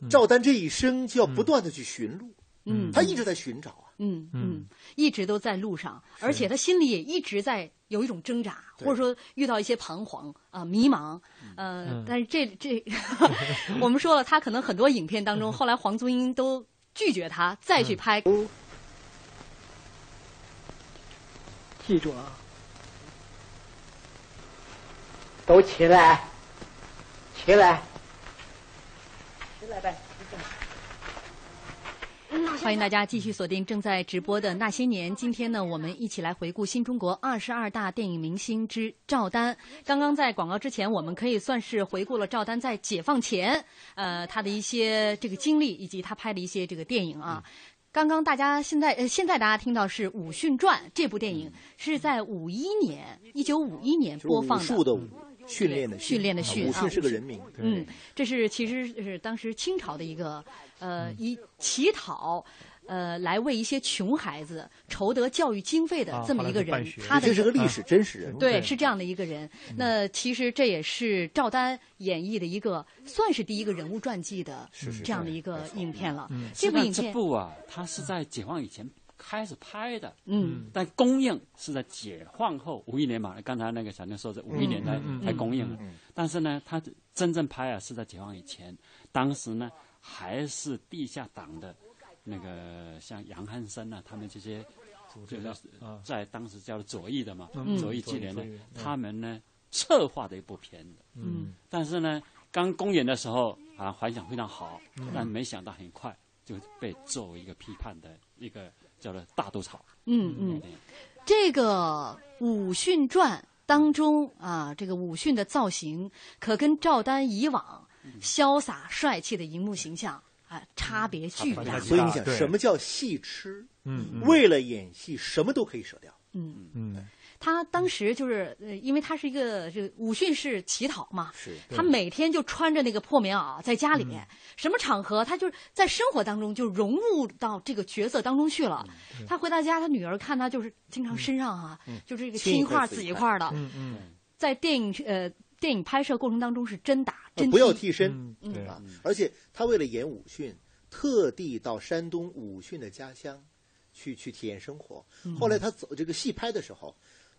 [SPEAKER 9] 赵丹这一生就要不断的去寻路。
[SPEAKER 6] 嗯，
[SPEAKER 9] 他一直在寻找啊。
[SPEAKER 6] 嗯嗯，一直都在路上，而且他心里也一直在有一种挣扎，或者说遇到一些彷徨啊、迷茫。
[SPEAKER 8] 嗯
[SPEAKER 6] 呃，但是这
[SPEAKER 8] [LAUGHS]
[SPEAKER 6] 这， [LAUGHS] 我们说了，他可能很多影片当中，后来黄宗英都拒绝他再
[SPEAKER 8] 嗯
[SPEAKER 6] 去拍。
[SPEAKER 5] 记住啊，都起来，起来，起来呗。
[SPEAKER 6] 欢迎大家继续锁定正在直播的《那些年》。今天呢，我们一起来回顾新中国二十二大电影明星之赵丹。刚刚在广告之前，我们可以算是回顾了赵丹在解放前，呃，他的一些这个经历，以及他拍的一些这个电影啊。刚刚大家现在呃，现在大家听到是《武训传》这部电影，是在五一年，一九五一年播放
[SPEAKER 9] 武术的武，训练的
[SPEAKER 6] 训练的训
[SPEAKER 9] 啊武
[SPEAKER 6] 啊
[SPEAKER 9] 训是个人名。
[SPEAKER 6] 嗯，这是其实是当时清朝的一个
[SPEAKER 9] 嗯
[SPEAKER 6] 呃以乞讨。呃，来为一些穷孩子筹得教育经费的
[SPEAKER 9] 啊
[SPEAKER 6] 这么一个
[SPEAKER 9] 后来
[SPEAKER 6] 人
[SPEAKER 9] 是办学，
[SPEAKER 6] 他的
[SPEAKER 9] 这是个历史真实人物
[SPEAKER 6] 对，
[SPEAKER 9] 对嗯
[SPEAKER 6] 是这样的一个人。那其实这也是赵丹演绎的一个，算是第一个人物传记的这样的一个影片了。
[SPEAKER 9] 嗯
[SPEAKER 6] 这部
[SPEAKER 7] 实际
[SPEAKER 6] 影
[SPEAKER 7] 上这
[SPEAKER 6] 片，
[SPEAKER 7] 部啊，它是在解放以前开始拍的，
[SPEAKER 6] 嗯，
[SPEAKER 7] 但公映是在解放后五一年嘛，刚才那个小宁说是五一年才
[SPEAKER 8] 嗯嗯嗯
[SPEAKER 7] 才公映了
[SPEAKER 8] 嗯嗯，
[SPEAKER 7] 但是呢，它真正拍啊是在解放以前，当时呢还是地下党的那个像杨汉生啊，他们这些就是在当时叫左翼的嘛
[SPEAKER 8] 啊嗯，
[SPEAKER 7] 左翼纪联呢
[SPEAKER 8] 左翼左翼，嗯
[SPEAKER 7] 他们呢策划的一部片子，
[SPEAKER 8] 嗯，
[SPEAKER 7] 但是呢，刚公演的时候啊，反响非常好
[SPEAKER 8] 嗯，
[SPEAKER 7] 但没想到很快就被作为一个批判的一个叫做大毒草。
[SPEAKER 6] 嗯嗯，这个《武训传》当中啊，这个武训的造型可跟赵丹以往潇洒帅气的荧幕形象啊，差别巨大。
[SPEAKER 9] 所以你想，什么叫戏痴？
[SPEAKER 8] 嗯，
[SPEAKER 9] 为了演戏，什么都可以舍掉。
[SPEAKER 6] 嗯
[SPEAKER 8] 嗯。
[SPEAKER 6] 他当时就是呃，因为他是一个这武训是嗯乞讨嘛，
[SPEAKER 9] 是
[SPEAKER 6] 他每天就穿着那个破棉袄在家里，面，什么场合他就是在生活当中就融入到这个角色当中去了。他回到家，他女儿看他就是经常身上啊，就是这个青一块紫一块的。
[SPEAKER 9] 嗯嗯，
[SPEAKER 6] 在电影呃电影拍摄过程当中是真打真
[SPEAKER 9] 呃不要替身
[SPEAKER 8] 啊，
[SPEAKER 7] 嗯
[SPEAKER 9] 而且他为了演武训，特地到山东武训的家乡去去体验生活。
[SPEAKER 7] 嗯
[SPEAKER 9] 后来他走这个戏拍的时候。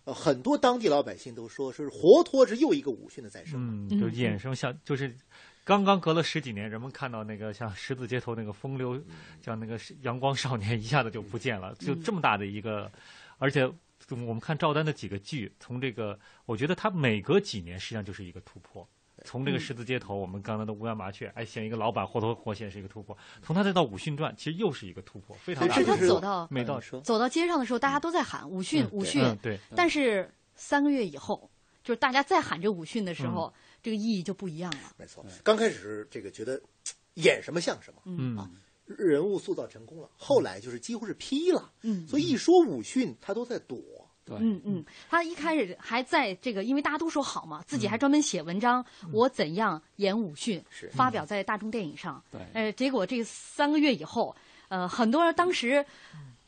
[SPEAKER 9] 呃，很多当地老百姓都说，说是活脱是又一个武训的再生，
[SPEAKER 8] 嗯，就衍生像就是刚刚隔了十几年，人们看到那个像十字街头那个风流，像那个阳光少年， [LAUGHS] 一下子就不见了，就
[SPEAKER 6] 嗯
[SPEAKER 8] 这么大的一个，而且我们看赵丹的几个剧，从这个，我觉得他每隔几年实际上就是一个突破。从这
[SPEAKER 6] 嗯
[SPEAKER 8] 个十字街头，我们刚才的乌鸦麻雀，哎，选一个老板活脱活现是一个突破。从他再到武训传，其实又是一个突破，非常大。
[SPEAKER 6] 是他走到
[SPEAKER 8] 每
[SPEAKER 9] 嗯
[SPEAKER 8] 到
[SPEAKER 6] 走到街上的时候，大家都在喊武训，武训。
[SPEAKER 8] 嗯对。
[SPEAKER 6] 但是三个月以后，就是大家再喊这武训的时候，这个意义就不一样了。
[SPEAKER 9] 没错，刚开始这个觉得演什么像什么，
[SPEAKER 8] 嗯
[SPEAKER 9] 啊，人物塑造成功了，后来就是几乎是批了，
[SPEAKER 6] 嗯，
[SPEAKER 9] 所以一说武训，他都在躲。
[SPEAKER 7] 对，
[SPEAKER 6] 嗯嗯，他一开始还在这个，因为大家都说好嘛，自己还专门写文章，我怎样演武训，
[SPEAKER 9] 是
[SPEAKER 6] 发表在大众电影上。
[SPEAKER 7] 对，
[SPEAKER 6] 呃，结果这三个月以后，呃，很多人当时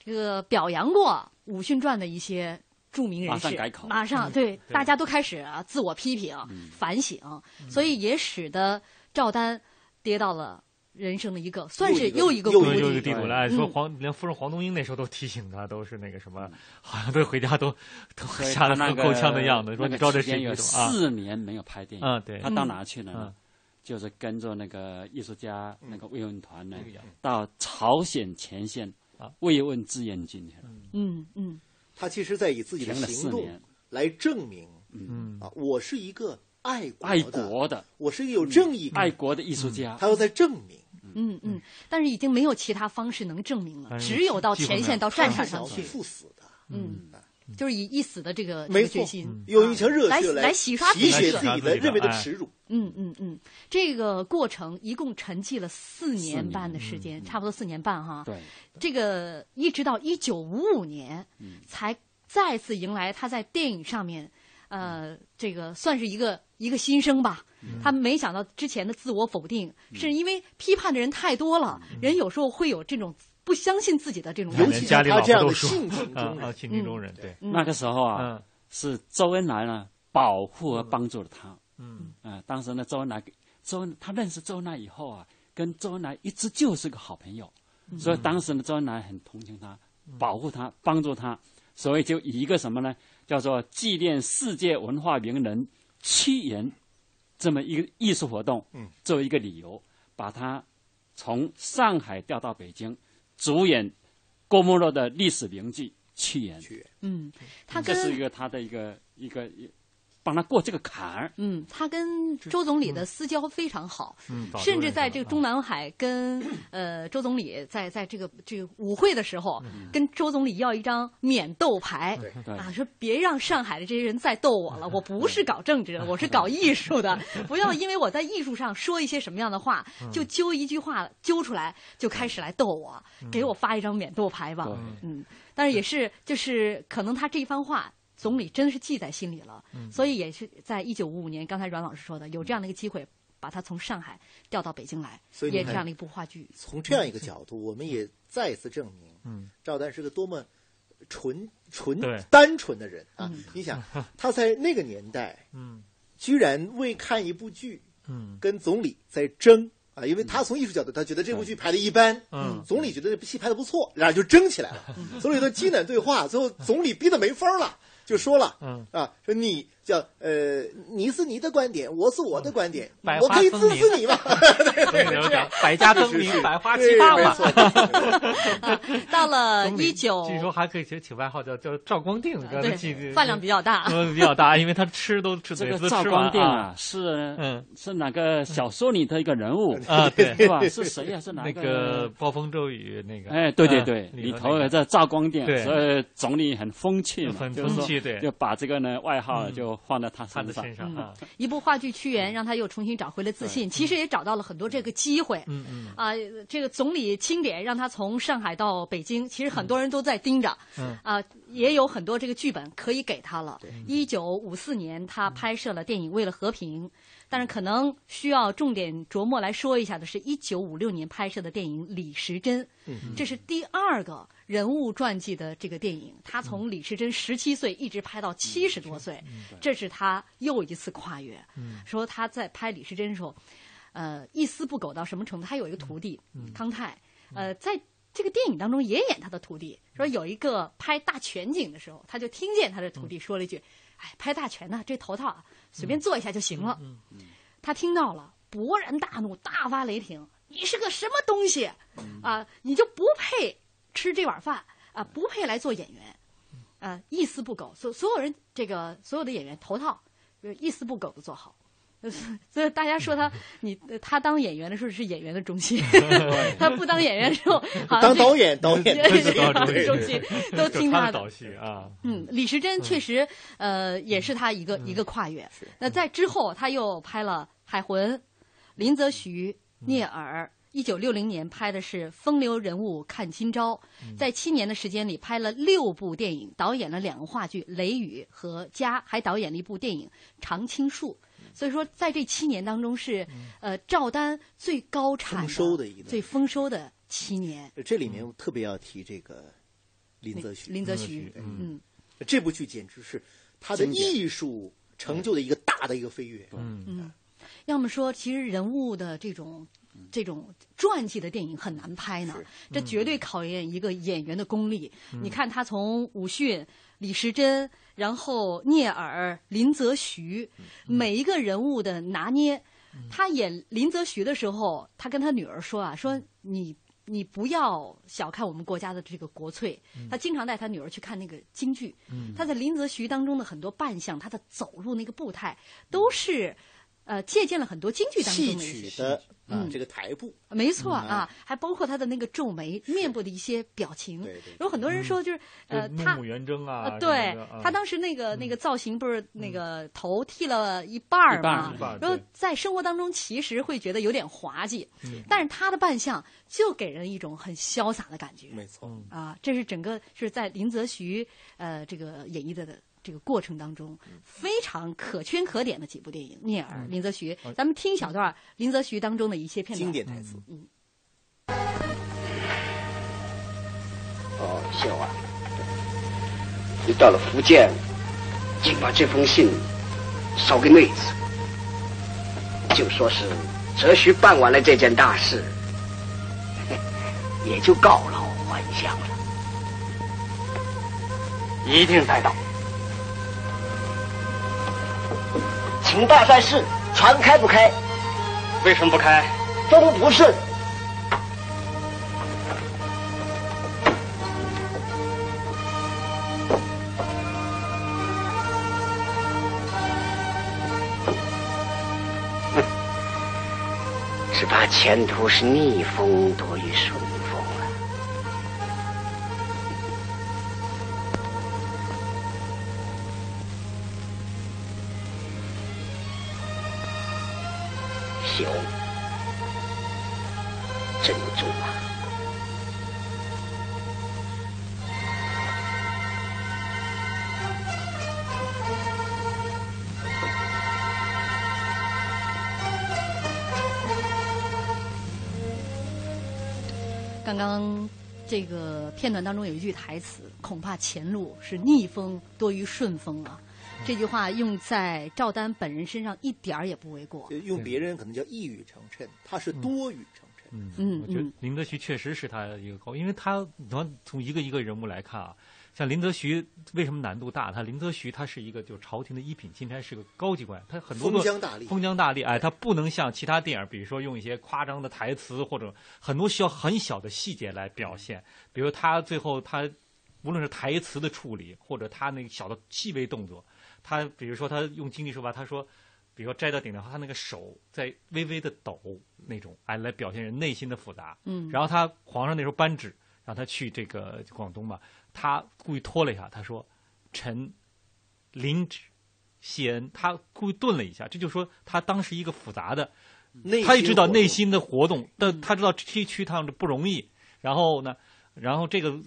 [SPEAKER 6] 这个表扬过《武训传》的一些著名人士，
[SPEAKER 7] 马上改口
[SPEAKER 6] 马上对，大家都开始啊自我批评、反省，所以也使得赵丹跌到了。人生的一个算是又一个
[SPEAKER 9] 又
[SPEAKER 6] 谷
[SPEAKER 9] 一
[SPEAKER 8] 又
[SPEAKER 6] 底，
[SPEAKER 8] 一个地主了，哎
[SPEAKER 6] 嗯
[SPEAKER 8] 说黄连夫人黄东英那时候都提醒他，都是那个什么，好像都回家都都
[SPEAKER 7] 所以
[SPEAKER 8] 吓
[SPEAKER 7] 他
[SPEAKER 8] 得
[SPEAKER 7] 那个
[SPEAKER 8] 够呛的样子，说
[SPEAKER 7] 那个
[SPEAKER 8] 你知道这
[SPEAKER 7] 期
[SPEAKER 8] 是
[SPEAKER 7] 间
[SPEAKER 8] 一
[SPEAKER 7] 有
[SPEAKER 8] 种啊，
[SPEAKER 7] 四年没有拍电影
[SPEAKER 8] 啊对
[SPEAKER 7] 他到哪去了
[SPEAKER 8] 嗯
[SPEAKER 7] 呢？就是跟着那个艺术家那个慰问团呢
[SPEAKER 8] 嗯，啊
[SPEAKER 7] 到朝鲜前线慰问志愿军去了。
[SPEAKER 6] 嗯嗯，
[SPEAKER 9] 他其实在以自己的
[SPEAKER 7] 停了
[SPEAKER 9] 行
[SPEAKER 7] 四
[SPEAKER 9] 动
[SPEAKER 7] 年，
[SPEAKER 9] 来证明
[SPEAKER 8] 嗯
[SPEAKER 7] 哦
[SPEAKER 9] 啊，我是一个爱国
[SPEAKER 7] 爱
[SPEAKER 9] 的，
[SPEAKER 7] 国的
[SPEAKER 9] 我是一个有正
[SPEAKER 8] 嗯
[SPEAKER 9] 义
[SPEAKER 7] 爱
[SPEAKER 9] 感，
[SPEAKER 7] 国的艺术家，
[SPEAKER 9] 他要在证明。
[SPEAKER 6] 嗯嗯，但是已经没有其他方式能证明了，
[SPEAKER 8] 但是
[SPEAKER 6] 只有到前线到战场
[SPEAKER 9] 想
[SPEAKER 6] 上
[SPEAKER 9] 要
[SPEAKER 6] 去
[SPEAKER 9] 去，赴死的，
[SPEAKER 6] 嗯，就是以一死的这个这
[SPEAKER 9] 没
[SPEAKER 6] 个
[SPEAKER 9] 错
[SPEAKER 6] 决心，
[SPEAKER 9] 用一腔热
[SPEAKER 6] 来
[SPEAKER 9] 血
[SPEAKER 6] 来洗刷
[SPEAKER 9] 洗
[SPEAKER 6] 自己
[SPEAKER 9] 血
[SPEAKER 6] 的
[SPEAKER 9] 自己的认为
[SPEAKER 8] 啊
[SPEAKER 9] 的耻辱。
[SPEAKER 6] 嗯嗯嗯，这个过程一共沉寂了四年半的时间，差不多四年半哈。
[SPEAKER 7] 嗯对，
[SPEAKER 6] 这个一直到一九五五年，
[SPEAKER 7] 嗯
[SPEAKER 6] 才再次迎来他在电影上面，
[SPEAKER 7] 嗯
[SPEAKER 6] 呃，这个算是一个一个新生吧。他没想到之前的自我否定，
[SPEAKER 7] 嗯
[SPEAKER 6] 是因为批判的人太多了，人有时候会有这种不相信自己的这种
[SPEAKER 9] 尤
[SPEAKER 6] 感
[SPEAKER 9] 其
[SPEAKER 6] 觉。
[SPEAKER 9] 是
[SPEAKER 8] 啊家里
[SPEAKER 9] 他
[SPEAKER 8] 老
[SPEAKER 9] 这
[SPEAKER 8] 婆
[SPEAKER 9] 样
[SPEAKER 8] 都
[SPEAKER 9] 的
[SPEAKER 8] 说
[SPEAKER 9] 性情中
[SPEAKER 8] 啊
[SPEAKER 9] 人
[SPEAKER 8] 啊，性情中人，对，
[SPEAKER 6] 嗯
[SPEAKER 7] 那个时候啊，
[SPEAKER 8] 嗯
[SPEAKER 7] 是周恩来呢保护和帮助了他。
[SPEAKER 8] 嗯
[SPEAKER 7] 啊、当时呢，周恩来，周恩他认识周恩来以后啊，跟周恩来一直就是个好朋友，所以当时呢，周恩来很同情他，保护他，帮助他，所以就以一个什么呢，叫做纪念世界文化名人屈原这么一个艺术活动，
[SPEAKER 9] 嗯，
[SPEAKER 7] 作为一个理由，把他从上海调到北京，主演郭沫若的历史名剧《屈原》，
[SPEAKER 6] 嗯，他
[SPEAKER 7] 这
[SPEAKER 6] 跟
[SPEAKER 7] 是一个他的一个一个一帮他过这个坎儿。
[SPEAKER 6] 嗯，他跟周总理
[SPEAKER 7] 嗯
[SPEAKER 6] 的私交非常好，
[SPEAKER 8] 嗯，早就
[SPEAKER 6] 甚至
[SPEAKER 8] 认识
[SPEAKER 6] 在
[SPEAKER 8] 了
[SPEAKER 6] 这个
[SPEAKER 8] 啊
[SPEAKER 6] 中南海跟呃周总理在在这个这个舞会的时候，跟周总理要一张免斗牌
[SPEAKER 9] 对，
[SPEAKER 7] 对
[SPEAKER 6] 啊，说别让上海的这些人再斗我了，我不是搞政治的，我是搞艺术的，不要因为我在艺术上说一些什么样的话，就揪一句话揪出来就开始来斗我，给我发一张免斗牌吧
[SPEAKER 7] 对，
[SPEAKER 6] 嗯，但是也是就是可能他这一番话。总理真是记在心里了，
[SPEAKER 8] 嗯
[SPEAKER 6] 所以也是在一九五五年，刚才阮老师说的，有这样的一个机会，把他从上海调到北京来，
[SPEAKER 9] 所以你
[SPEAKER 6] 演
[SPEAKER 9] 看
[SPEAKER 6] 这样的一部话剧。
[SPEAKER 9] 从这样一个角度，我们也再一次证明，
[SPEAKER 8] 嗯，
[SPEAKER 9] 赵丹是个多么纯纯
[SPEAKER 8] 对
[SPEAKER 9] 单纯的人啊
[SPEAKER 6] 嗯！
[SPEAKER 9] 你想，他在那个年代，
[SPEAKER 8] 嗯
[SPEAKER 9] 居然为看一部剧
[SPEAKER 8] 嗯
[SPEAKER 9] 跟总理在争啊，因为他从艺术角度，他觉得这部剧拍的一般，
[SPEAKER 8] 嗯，
[SPEAKER 9] 总理觉得这部戏拍的不错，俩人就争起来了，
[SPEAKER 6] 嗯
[SPEAKER 9] 总理都激难对话，最后总理逼得没法儿了，就说了，
[SPEAKER 7] [LAUGHS]
[SPEAKER 8] 嗯
[SPEAKER 9] 啊，说你叫呃，你是你的观点，我是我的观点，
[SPEAKER 8] 嗯百
[SPEAKER 9] 我
[SPEAKER 8] 花
[SPEAKER 9] 可以
[SPEAKER 8] 分
[SPEAKER 9] 支
[SPEAKER 8] 明
[SPEAKER 9] 持
[SPEAKER 8] [LAUGHS]
[SPEAKER 9] 你嘛，
[SPEAKER 8] 所以有讲百家争鸣，百花齐
[SPEAKER 9] 对
[SPEAKER 8] 放
[SPEAKER 9] 没
[SPEAKER 8] 嘛。
[SPEAKER 9] 错。
[SPEAKER 6] 到了
[SPEAKER 8] [LAUGHS] 总理
[SPEAKER 6] 呃一九，呃
[SPEAKER 8] 据说还可以起起外号叫叫赵光腚，刚才记
[SPEAKER 6] 对，饭量比较大。
[SPEAKER 8] 呃比较大，因为他吃都吃
[SPEAKER 7] 这
[SPEAKER 8] 每
[SPEAKER 7] 个
[SPEAKER 8] 次都
[SPEAKER 7] 赵
[SPEAKER 8] 吃完
[SPEAKER 7] 光腚
[SPEAKER 8] 啊
[SPEAKER 7] 啊，是
[SPEAKER 8] 嗯
[SPEAKER 7] 是哪个小说里的一个人物
[SPEAKER 8] [LAUGHS] 啊对
[SPEAKER 7] 对吧？
[SPEAKER 8] [LAUGHS]
[SPEAKER 7] 是谁呀？是哪
[SPEAKER 8] 那个？暴风骤雨那个，
[SPEAKER 7] 哎，对对
[SPEAKER 8] 嗯
[SPEAKER 7] 对，
[SPEAKER 8] 里
[SPEAKER 7] 里
[SPEAKER 8] 头
[SPEAKER 7] 头
[SPEAKER 8] 那
[SPEAKER 7] 有
[SPEAKER 8] 个
[SPEAKER 7] 这赵光腚
[SPEAKER 8] 对，
[SPEAKER 7] 所以总理很风趣嘛，
[SPEAKER 8] 很
[SPEAKER 7] 就是
[SPEAKER 8] 风
[SPEAKER 7] 说
[SPEAKER 8] 趣对
[SPEAKER 7] 就把这个呢外号
[SPEAKER 8] 嗯
[SPEAKER 7] 就就放在他
[SPEAKER 8] 身上，身上啊、
[SPEAKER 6] 嗯，一部话剧《屈原》让他又重新找回了自信，其实也找到了很多这个机会，
[SPEAKER 8] 嗯嗯，
[SPEAKER 6] 啊、呃，这个总理钦点让他从上海到北京，其实很多人都在盯着，
[SPEAKER 8] 嗯，
[SPEAKER 6] 啊、呃，也有很多这个剧本可以给他了。一九五四年，他拍摄了电影《为了和平》，但是可能需要重点琢磨来说一下的是，一九五六年拍摄的电影《李时珍》，这是第二个。人物传记的这个电影，他从李时珍十七岁一直拍到七十多岁，这是他又一次跨越。说他在拍李时珍的时候，呃，一丝不苟到什么程度？他有一个徒弟康泰，呃，在这个电影当中也演他的徒弟。说有一个拍大全景的时候，他就听见他的徒弟说了一句：“哎，拍大全呢、啊，这头套啊，随便做一下就行了。”他听到了，勃然大怒，大发雷霆：“你是个什么东西啊？你就不配！”吃这碗饭啊，不配来做演员，啊，一丝不苟，所所有人这个所有的演员头套，一丝不苟的做好，所以大家说他，你他当演员的时候是演员的中心，他不当演员的时候，好像
[SPEAKER 9] 当导演导演
[SPEAKER 6] 的中心都听
[SPEAKER 8] 他
[SPEAKER 6] 的
[SPEAKER 8] 导戏啊。
[SPEAKER 6] 嗯，李时珍确实，呃，也是他一个一个跨越。那在之后，他又拍了《海魂》，林则徐、聂耳。一九六零年拍的是《风流人物看今朝》，在七年的时间里拍了六部电影，导演了两个话剧《雷雨》和《家》，还导演了一部电影《常青树》。所以说，在这七年当中是，呃，赵丹最高产、
[SPEAKER 9] 丰收
[SPEAKER 6] 的
[SPEAKER 9] 一个、
[SPEAKER 6] 最丰收的七年。
[SPEAKER 9] [LAUGHS] 这里面我特别要提这个林则徐，
[SPEAKER 6] 林则徐，嗯，
[SPEAKER 9] 这部剧简直是他的艺术成就的一个大的一个飞跃。
[SPEAKER 8] 嗯
[SPEAKER 6] 嗯，要么说，其实人物的这种。这种传记的电影很难拍呢，嗯、这绝对考验一个演员的功力。嗯、你看他从武训、李时珍，然后聂耳、林则徐，每一个人物的拿捏。嗯、他演林则徐的时候，他跟他女儿说啊：“说你你不要小看我们国家的这个国粹。”他经常带他女儿去看那个京剧。嗯
[SPEAKER 8] 嗯
[SPEAKER 6] 他在林则徐当中的很多扮相，他的走路那个步态都是。呃，借鉴了很多京剧当中
[SPEAKER 9] 的戏曲的嗯，这个台步，
[SPEAKER 6] 没错啊，还包括他的那个皱眉、面部的一些表情。有很多人说就是呃，他
[SPEAKER 8] 目圆睁啊，
[SPEAKER 6] 对他当时那个那个造型不是那个头剃了嗯一半儿嘛，然后在生活当中其实会觉得有点滑稽，
[SPEAKER 8] 嗯
[SPEAKER 6] 但是他的扮相就给人一种很潇洒的感觉。
[SPEAKER 9] 没错
[SPEAKER 6] 啊，这是整个是在林则徐呃这个演绎的。这个过程当中
[SPEAKER 9] 嗯
[SPEAKER 6] 非常可圈可点的几部电影，《聂耳》、林则徐，咱们听一小段林则徐当中的一些片段，
[SPEAKER 9] 哦经典台词。
[SPEAKER 6] 嗯。
[SPEAKER 20] 哦，谢婉，你到了福建，请把这封信捎给妹子，就说是哲徐办完了这件大事， [LAUGHS] 也就告老还乡了。
[SPEAKER 19] 一定带到。请大山市船开不开？
[SPEAKER 20] 为什么不开？
[SPEAKER 19] 风不顺。
[SPEAKER 20] 只怕前途是逆风多于顺风了、啊。行，珍重啊！
[SPEAKER 6] 刚刚这个片段当中有一句台词：“恐怕前路是逆风多于顺风啊。”
[SPEAKER 9] 嗯
[SPEAKER 6] 这句话用在赵丹本人身上一点儿也不为过。
[SPEAKER 9] 用别人可能叫一语成谶，他是多语成谶。
[SPEAKER 8] 嗯，
[SPEAKER 6] 嗯
[SPEAKER 8] 我觉得林则徐确实是他一个高，因为他你看从一个一个人物来看啊，像林则徐为什么难度大？他林则徐他是一个就朝廷的一品钦差，是个高级官，他很多
[SPEAKER 9] 封疆大吏，
[SPEAKER 8] 封疆大吏，哎，他不能像其他电影，比如说用一些夸张的台词或者很多需要很小的细节来表现，比如他最后他无论是台词的处理，或者他那个小的细微动作。他比如说，他用京剧说法，他说，比如说摘到顶的话，他那个手在微微的抖那种，哎，来表现人内心的复杂。
[SPEAKER 6] 嗯。
[SPEAKER 8] 然后他皇上那时候颁旨让他去这个广东嘛，他故意拖了一下，他说：“臣领旨，谢恩，他故意顿了一下，这就说他当时一个复杂的，
[SPEAKER 9] 内
[SPEAKER 8] 嗯他也
[SPEAKER 9] 心
[SPEAKER 8] 知道
[SPEAKER 9] 活
[SPEAKER 8] 内
[SPEAKER 9] 动
[SPEAKER 8] 心的活动，
[SPEAKER 6] 嗯
[SPEAKER 8] 但他知道去去趟不容易，然后呢，然后这个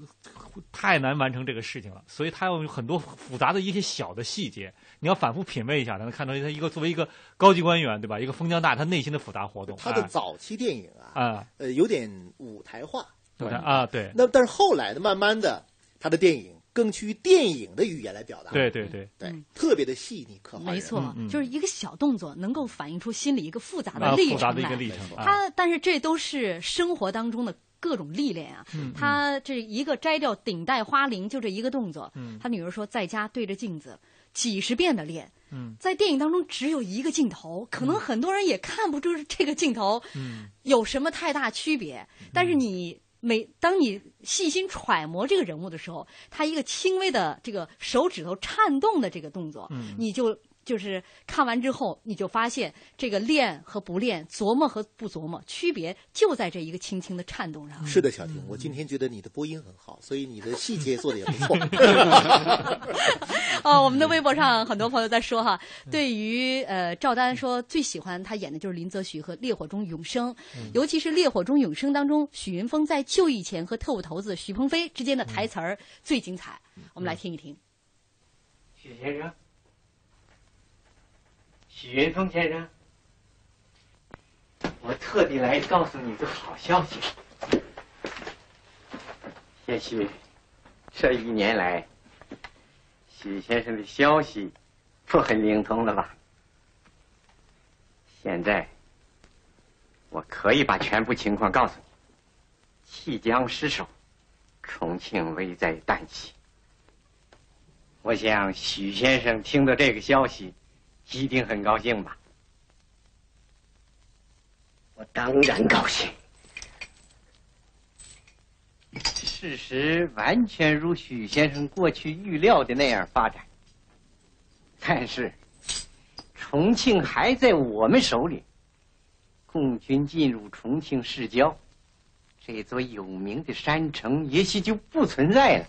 [SPEAKER 8] 太难完成这个事情了，所以他要有很多复杂的一些小的细节，你要反复品味一下，才能看出他一个作为一个高级官员，对吧？一个封疆大，他内心的复杂活动。
[SPEAKER 9] 他的
[SPEAKER 8] 哎
[SPEAKER 9] 早期电影啊，
[SPEAKER 8] 啊，
[SPEAKER 9] 呃，有点舞台化，
[SPEAKER 8] 对啊，对，
[SPEAKER 9] 那但是后来呢，慢慢的，他的电影更趋于电影的语言来表达，
[SPEAKER 8] 对对对
[SPEAKER 9] 对，特别的细腻刻画
[SPEAKER 6] 嗯
[SPEAKER 9] 人。
[SPEAKER 6] 没错，就是一个小动作能够反映出心里一个复杂
[SPEAKER 9] 啊
[SPEAKER 6] 的历
[SPEAKER 9] 复
[SPEAKER 6] 程
[SPEAKER 9] 杂
[SPEAKER 6] 来。
[SPEAKER 9] 的一个历程啊
[SPEAKER 6] 他但是这都是生活当中的各种历练啊。
[SPEAKER 9] 嗯嗯
[SPEAKER 6] 他这一个摘掉顶戴花翎就这一个动作，
[SPEAKER 21] 嗯
[SPEAKER 6] 他女儿说在家对着镜子几十遍的练。
[SPEAKER 21] 嗯
[SPEAKER 6] 在电影当中只有一个镜头，可能很多人也看不出这个镜头
[SPEAKER 21] 嗯
[SPEAKER 6] 有什么太大区别。但是你每当你细心揣摩这个人物的时候，他一个轻微的这个手指头颤动的这个动作，
[SPEAKER 21] 嗯
[SPEAKER 6] 你就就是看完之后，你就发现这个练和不练，琢磨和不琢磨，区别就在这一个轻轻的颤动上。
[SPEAKER 9] 是的，小婷，我今天觉得你的播音很好，所以你的细节做的也不
[SPEAKER 6] [LAUGHS]
[SPEAKER 9] 错。
[SPEAKER 6] 哦，我们的微博上很多朋友在说哈，对于呃赵丹说最喜欢他演的就是林则徐和《烈火中永生》，
[SPEAKER 21] 嗯
[SPEAKER 6] 尤其是《烈火中永生》当中，许云峰在就义前和特务头子徐鹏飞之间的台词儿最精彩，我们来听一听。
[SPEAKER 22] 许先生，许云峰先生，我特地来告诉你个好消息。也许这一年来，许先生的消息不很灵通了吧？现在我可以把全部情况告诉你。弃江失守，重庆危在旦夕。我想许先生听到这个消息，一定很高兴吧？
[SPEAKER 20] 我当然高兴。
[SPEAKER 22] 事实完全如许先生过去预料的那样发展，但是重庆还在我们手里。共军进入重庆市郊，这座有名的山城也许就不存在了。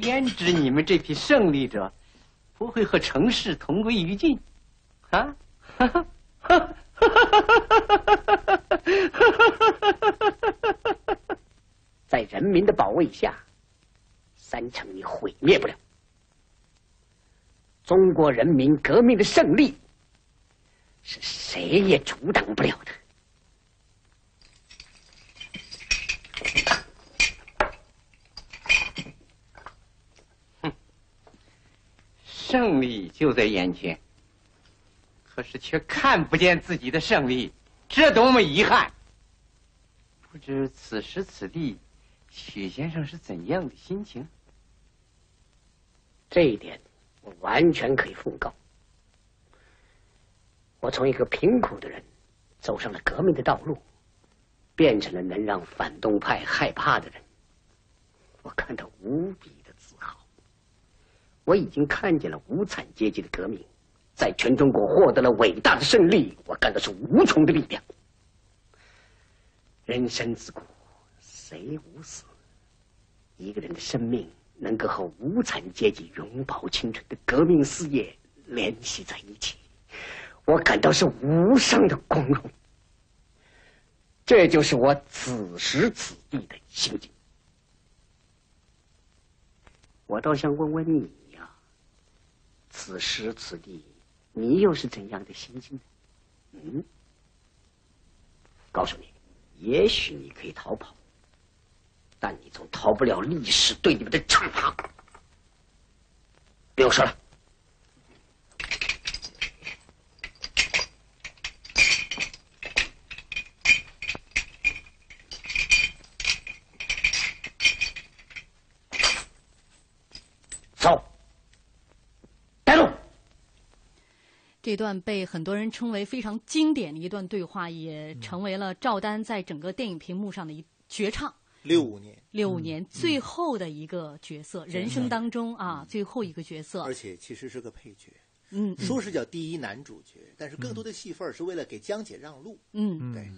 [SPEAKER 22] 焉知你们这批胜利者不会和城市同归于尽？啊！
[SPEAKER 20] 在人民的保卫下，三城你毁灭不了。中国人民革命的胜利，是谁也阻挡不了的。
[SPEAKER 22] 胜利就在眼前，可是却看不见自己的胜利，这多么遗憾！不知此时此地，许先生是怎样的心情？
[SPEAKER 20] 这一点，我完全可以奉告。我从一个贫苦的人，走上了革命的道路，变成了能让反动派害怕的人。我感到无比的自豪。我已经看见了无产阶级的革命，在全中国获得了伟大的胜利，我感到是无穷的力量。人生自古，谁无死？一个人的生命能够和无产阶级永葆青春的革命事业联系在一起，我感到是无上的光荣。这就是我此时此地的心境。我倒想问问你呀、此时此地，你又是怎样的心境呢？嗯，告诉你，也许你可以逃跑。但你总逃不了历史对你们的惩罚。不用说了，走，带路。
[SPEAKER 6] 这段被很多人称为非常经典的一段对话，也成为了赵丹在整个电影屏幕上的一绝唱。
[SPEAKER 9] 六五年，
[SPEAKER 6] 六五年最后的一个角色，人生当中啊最后一个角色，
[SPEAKER 9] 而且其实是个配角。
[SPEAKER 6] 嗯，
[SPEAKER 9] 说是叫第一男主角，但是更多的戏份儿是为了给江姐让路。
[SPEAKER 6] 嗯
[SPEAKER 9] 对，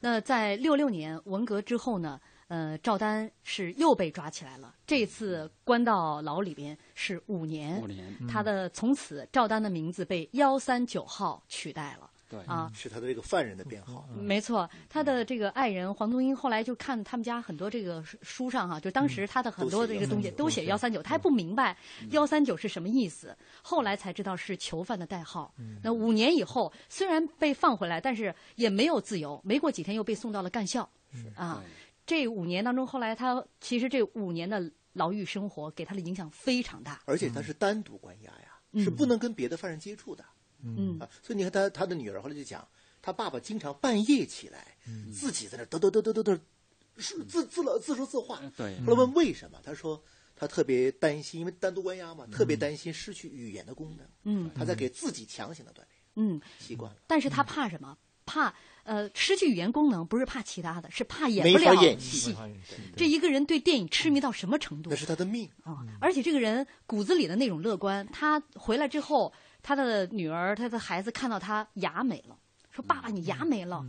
[SPEAKER 6] 那在六六年文革之后呢，呃，赵丹是又被抓起来了，这次关到牢里边是五年，
[SPEAKER 7] 五年嗯
[SPEAKER 6] 他的从此赵丹的名字被幺三九号取代了。
[SPEAKER 7] 对
[SPEAKER 6] 啊，
[SPEAKER 9] 是他的这个犯人的编号。
[SPEAKER 6] 没错，他
[SPEAKER 9] 嗯
[SPEAKER 6] 的这个爱人黄宗英后来就看他们家很多这个书上哈、就当时他的很多这个东西
[SPEAKER 9] 嗯
[SPEAKER 6] 都
[SPEAKER 9] 都写
[SPEAKER 6] 写幺三九，他还不明白幺三九是什么意思，后来才知道是囚犯的代号。
[SPEAKER 9] 嗯
[SPEAKER 6] 那五年以后虽然被放回来，但是也没有自由，没过几天又被送到了干校。
[SPEAKER 9] 嗯
[SPEAKER 6] 啊，这五年当中，后来他其实这五年的牢狱生活给他的影响非常大。
[SPEAKER 9] 而且他是单独关押呀，
[SPEAKER 6] 嗯
[SPEAKER 9] 是不能跟别的犯人接触的。
[SPEAKER 6] 嗯
[SPEAKER 9] 啊，所以你看他他的女儿后来就讲，他爸爸经常半夜起来，
[SPEAKER 6] 嗯
[SPEAKER 9] 自己在那嘚嘚嘚嘚嘚嘚，是自自了自说自话。
[SPEAKER 7] 对
[SPEAKER 8] 嗯
[SPEAKER 6] 嗯
[SPEAKER 9] 后来问为什么，他说他特别担心，因为单独关押嘛，特别担心失去语言的功能。
[SPEAKER 6] 嗯
[SPEAKER 9] 他在给自己强行的锻炼，
[SPEAKER 6] 嗯，
[SPEAKER 9] 习惯了。
[SPEAKER 6] 但是他怕什么？怕呃失去语言功能，不是怕其他的，是怕演
[SPEAKER 9] 没
[SPEAKER 6] 不
[SPEAKER 9] 法
[SPEAKER 6] 了
[SPEAKER 9] 演
[SPEAKER 6] 戏。这
[SPEAKER 9] 对
[SPEAKER 6] 一个人对电影痴迷到什么程度？
[SPEAKER 9] 那是他的命
[SPEAKER 6] 啊、而且这个人骨子里的那种乐观，他回来之后，他的女儿、他的孩子看到他牙没了，说：“爸爸，你牙没
[SPEAKER 9] 嗯
[SPEAKER 6] 了。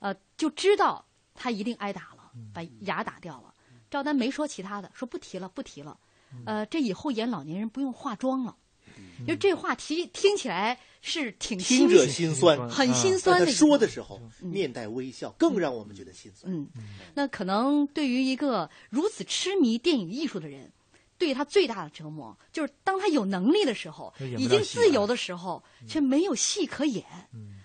[SPEAKER 6] 呃，就知道他一定挨打了，
[SPEAKER 9] 嗯
[SPEAKER 6] 把牙打掉了。赵丹没说其他的，说不提了，不提了。
[SPEAKER 9] 嗯
[SPEAKER 6] 呃，这以后演老年人不用化妆了。就这话提听起来是挺
[SPEAKER 9] 听
[SPEAKER 6] 新
[SPEAKER 9] 着
[SPEAKER 6] 奇
[SPEAKER 9] 心酸，
[SPEAKER 6] 很心酸的一
[SPEAKER 9] 但他
[SPEAKER 6] 个
[SPEAKER 9] 说的时候面带微笑，更让我们觉得心酸。
[SPEAKER 6] 嗯，那可能对于一个如此痴迷电影艺术的人，对他最大的折磨就是，当他有能力的时候，
[SPEAKER 3] 就演不
[SPEAKER 6] 已
[SPEAKER 3] 了嗯
[SPEAKER 6] 经
[SPEAKER 3] 戏
[SPEAKER 6] 自由的时候，却没有戏可演，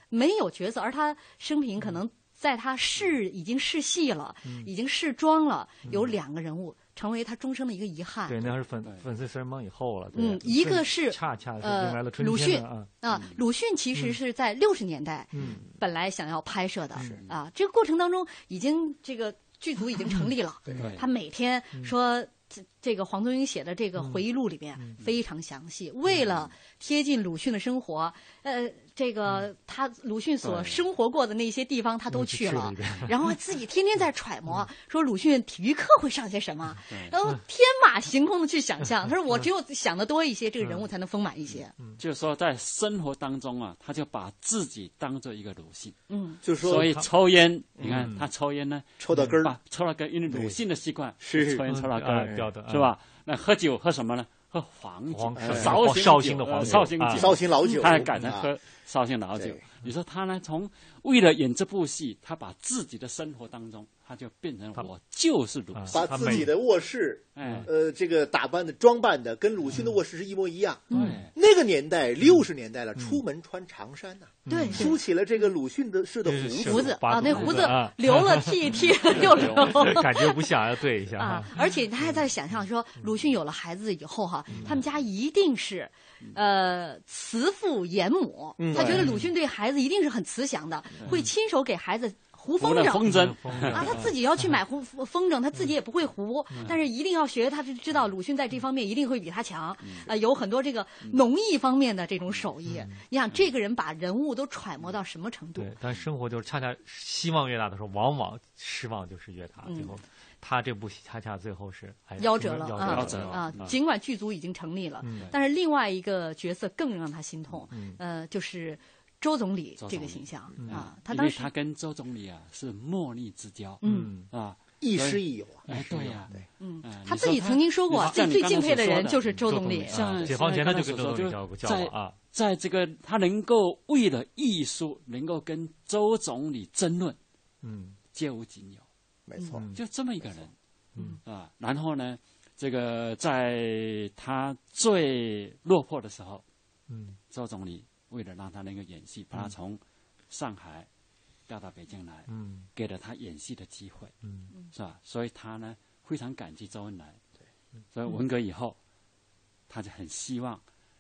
[SPEAKER 6] 没有角色，而他生
[SPEAKER 3] 嗯
[SPEAKER 6] 平可能在他试已经试戏了，已经试妆了，
[SPEAKER 3] 嗯
[SPEAKER 6] 有两个人物成为他终生的一个遗憾。
[SPEAKER 8] 对，那是粉粉碎四人帮以后了。对
[SPEAKER 6] 嗯，一个
[SPEAKER 8] 顺
[SPEAKER 6] 是
[SPEAKER 8] 恰恰是
[SPEAKER 6] 呃
[SPEAKER 8] 迎来了春
[SPEAKER 6] 鲁
[SPEAKER 8] 天
[SPEAKER 6] 迅
[SPEAKER 8] 的啊。
[SPEAKER 6] 啊，
[SPEAKER 3] 嗯
[SPEAKER 6] 鲁迅其实是在六十年代，
[SPEAKER 8] 嗯，
[SPEAKER 6] 本来想要拍摄的啊，这个过程当中已经这个剧组已经成立了
[SPEAKER 3] 对，
[SPEAKER 6] 他每天说。这这个黄宗英写的这个回忆录里面非常详细，为了贴近鲁迅的生活，呃，这个他鲁迅所
[SPEAKER 3] 对
[SPEAKER 6] 生活过的那些地方他都
[SPEAKER 3] 嗯去
[SPEAKER 6] 去
[SPEAKER 3] 了
[SPEAKER 6] 了嗯
[SPEAKER 3] 一遍，
[SPEAKER 6] 然后自己天天在揣摩，说鲁迅体育课会上些什么
[SPEAKER 7] 对，
[SPEAKER 6] 然后天马行空的去想象。他说我只有想的多一些，这个人物才能丰满一些。
[SPEAKER 7] 就是说在生活当中啊，他就把自己当做一个鲁迅，
[SPEAKER 6] 嗯
[SPEAKER 9] 就是说
[SPEAKER 7] 所以
[SPEAKER 9] 他
[SPEAKER 7] 抽烟，
[SPEAKER 9] 嗯
[SPEAKER 7] 你看他抽烟呢，
[SPEAKER 9] 抽到根儿
[SPEAKER 6] 嗯
[SPEAKER 7] 把抽到根儿，因为鲁迅的习惯
[SPEAKER 9] 是
[SPEAKER 7] 抽烟抽到根
[SPEAKER 8] 嗯
[SPEAKER 7] 儿
[SPEAKER 8] 啊掉的
[SPEAKER 7] 是吧？那喝酒喝什么呢？喝黄酒
[SPEAKER 8] 黄酒，
[SPEAKER 7] 绍
[SPEAKER 8] 哦
[SPEAKER 7] 兴
[SPEAKER 8] 绍
[SPEAKER 7] 酒
[SPEAKER 8] 兴的
[SPEAKER 7] 呃
[SPEAKER 8] 黄酒
[SPEAKER 7] 绍兴
[SPEAKER 8] 啊
[SPEAKER 7] 酒，
[SPEAKER 8] 绍兴老酒
[SPEAKER 7] 他改成
[SPEAKER 8] 啊
[SPEAKER 7] 喝绍兴老酒
[SPEAKER 8] 对。
[SPEAKER 7] 你说他呢？从为了演这部戏，他把自己的生活当中，他就变成我就是
[SPEAKER 8] 啊
[SPEAKER 7] 鲁迅，
[SPEAKER 9] 把自己的卧室，
[SPEAKER 7] 哎
[SPEAKER 9] 呃，这个打扮的、装扮的，跟鲁迅的卧室是一模一样。
[SPEAKER 7] 嗯
[SPEAKER 9] 那个年代，六十年代了，出门穿长衫呐，
[SPEAKER 6] 对
[SPEAKER 9] 梳起了这个鲁迅的式的胡
[SPEAKER 6] 胡子啊，那胡子
[SPEAKER 8] 啊
[SPEAKER 6] [LAUGHS] 留了剃一剃 [LAUGHS] 又留
[SPEAKER 8] 嗯感觉不像，要对一下
[SPEAKER 6] [LAUGHS] 啊嗯
[SPEAKER 8] 哈。！
[SPEAKER 6] 而且他还在想象说，鲁迅有了孩子以后哈，他们家一定是，呃，慈父严母
[SPEAKER 7] 嗯。
[SPEAKER 6] 他觉得鲁迅对孩子一定是很慈祥的，会亲手给孩子糊风
[SPEAKER 7] 糊了
[SPEAKER 6] 筝。嗯
[SPEAKER 7] 风
[SPEAKER 8] 嗯
[SPEAKER 7] 筝
[SPEAKER 6] 啊，他自己要去买糊糊风筝，他自己也不会糊，但是一定要学，他就知道鲁迅在这方面一定会比他强。呃，有很多这个农艺方面的这种手艺。你想，这个人把人物都揣摩到什么程度？
[SPEAKER 8] 对，但生活就是恰恰希望越大的时候，往往失望就是越大。最
[SPEAKER 6] 嗯
[SPEAKER 8] 后，他这部戏恰恰最后是哎
[SPEAKER 6] 夭折了啊
[SPEAKER 8] 夭折了
[SPEAKER 6] 啊！
[SPEAKER 7] 嗯
[SPEAKER 6] 尽管剧组已经成立了
[SPEAKER 8] 嗯，
[SPEAKER 6] 但是另外一个角色更让他心痛
[SPEAKER 7] 嗯，
[SPEAKER 6] 呃，就是周总理
[SPEAKER 7] 周总理
[SPEAKER 6] 这个形象
[SPEAKER 7] 嗯
[SPEAKER 6] 啊，他
[SPEAKER 7] 因
[SPEAKER 6] 当
[SPEAKER 7] 为
[SPEAKER 6] 时
[SPEAKER 7] 他跟周总理啊是莫逆之交，
[SPEAKER 6] 嗯
[SPEAKER 7] 啊，
[SPEAKER 9] 亦
[SPEAKER 7] 所以
[SPEAKER 9] 师亦友啊
[SPEAKER 7] 哎，对呀，
[SPEAKER 6] 嗯
[SPEAKER 7] 哎
[SPEAKER 6] 他
[SPEAKER 7] 你
[SPEAKER 6] 自己
[SPEAKER 7] 说
[SPEAKER 6] 曾经说过
[SPEAKER 7] 你
[SPEAKER 6] 自己
[SPEAKER 7] 像你
[SPEAKER 6] 最
[SPEAKER 7] 刚
[SPEAKER 6] 敬
[SPEAKER 7] 才
[SPEAKER 6] 佩的
[SPEAKER 7] 所说
[SPEAKER 6] 人就是周
[SPEAKER 7] 周
[SPEAKER 6] 总理
[SPEAKER 8] 啊
[SPEAKER 7] 像
[SPEAKER 8] 解放前他就
[SPEAKER 7] 所
[SPEAKER 8] 跟周
[SPEAKER 7] 说
[SPEAKER 8] 总理
[SPEAKER 7] 就
[SPEAKER 8] 交过交
[SPEAKER 7] 在
[SPEAKER 8] 往啊
[SPEAKER 7] 在这个他能够为了艺术能够跟周总理争论，
[SPEAKER 8] 嗯，
[SPEAKER 7] 皆无仅有，
[SPEAKER 9] 没错，
[SPEAKER 7] 就这么一个人，嗯啊，然后呢，这个在他最落魄的时候，
[SPEAKER 8] 嗯，
[SPEAKER 7] 周总理为了让他能够演戏，把他从上海调到北京来，
[SPEAKER 8] 嗯，
[SPEAKER 7] 给了他演戏的机会，
[SPEAKER 8] 嗯
[SPEAKER 3] 嗯
[SPEAKER 7] 是吧？所以他呢非常感激周恩来，
[SPEAKER 8] 嗯
[SPEAKER 7] 所以文革以后，他就很希望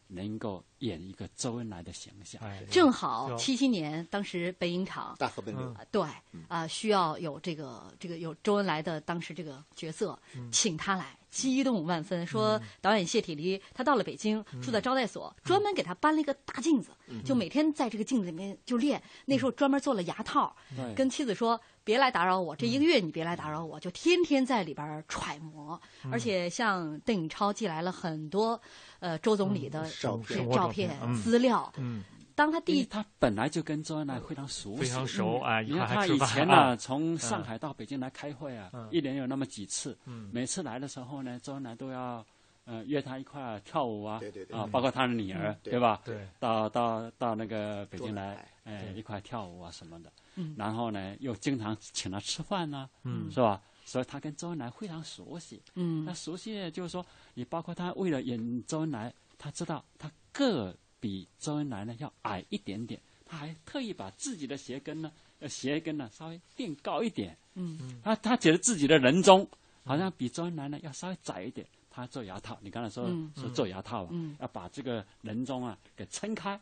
[SPEAKER 7] 能够演一个周恩来的形象，
[SPEAKER 8] 嗯哎
[SPEAKER 6] 正好七七年，当时北影厂
[SPEAKER 9] 大
[SPEAKER 8] 嗯
[SPEAKER 9] 河奔流
[SPEAKER 6] 啊对
[SPEAKER 3] 嗯
[SPEAKER 6] 啊，需要有这个这个有周恩来的当时这个角色，
[SPEAKER 3] 嗯
[SPEAKER 6] 请他来，激动万分。说导演谢体离他到了北京，
[SPEAKER 3] 嗯
[SPEAKER 6] 住在招待所，专门给他搬了一个大镜子，就每天在这个镜子里面就练。那时候专门做了牙套
[SPEAKER 3] 嗯对，嗯
[SPEAKER 6] 跟妻子说。别来打扰我，这一个月你别来打扰我，就天天在里边揣摩，
[SPEAKER 3] 嗯
[SPEAKER 6] 而且向邓颖超寄来了很多，呃，周总理的
[SPEAKER 3] 嗯照
[SPEAKER 6] 这
[SPEAKER 3] 片
[SPEAKER 6] 照片
[SPEAKER 3] 嗯
[SPEAKER 6] 资料，
[SPEAKER 8] 嗯，
[SPEAKER 6] 当他第
[SPEAKER 7] 他本来就跟周恩来非常熟悉，
[SPEAKER 8] 非常熟
[SPEAKER 6] 嗯
[SPEAKER 8] 啊。
[SPEAKER 7] 你看他啊以前呢，从上海到北京来开会啊，一年有那么几次。每次来的时候呢，周恩来都要呃约他一块跳舞啊，啊，包括他的女儿，对吧？
[SPEAKER 8] 对，
[SPEAKER 7] 到到到那个北京来，哎，一块跳舞啊什么的。然后呢，又经常请他吃饭呐，
[SPEAKER 3] 嗯
[SPEAKER 7] 是吧？所以他跟周恩来非常熟悉，
[SPEAKER 6] 嗯，
[SPEAKER 7] 那熟悉呢，就是说，你包括他为了演周恩来，他知道他个比周恩来呢要矮一点点，他还特意把自己的鞋跟呢，呃，鞋跟呢稍微垫高一点，
[SPEAKER 6] 嗯，
[SPEAKER 7] 他他觉得自己的人中好像比周恩来呢要稍微窄一点，他做牙套，你刚才说、
[SPEAKER 6] 嗯、
[SPEAKER 7] 说做牙套啊，
[SPEAKER 6] 嗯、
[SPEAKER 7] 要把这个人中啊给撑开，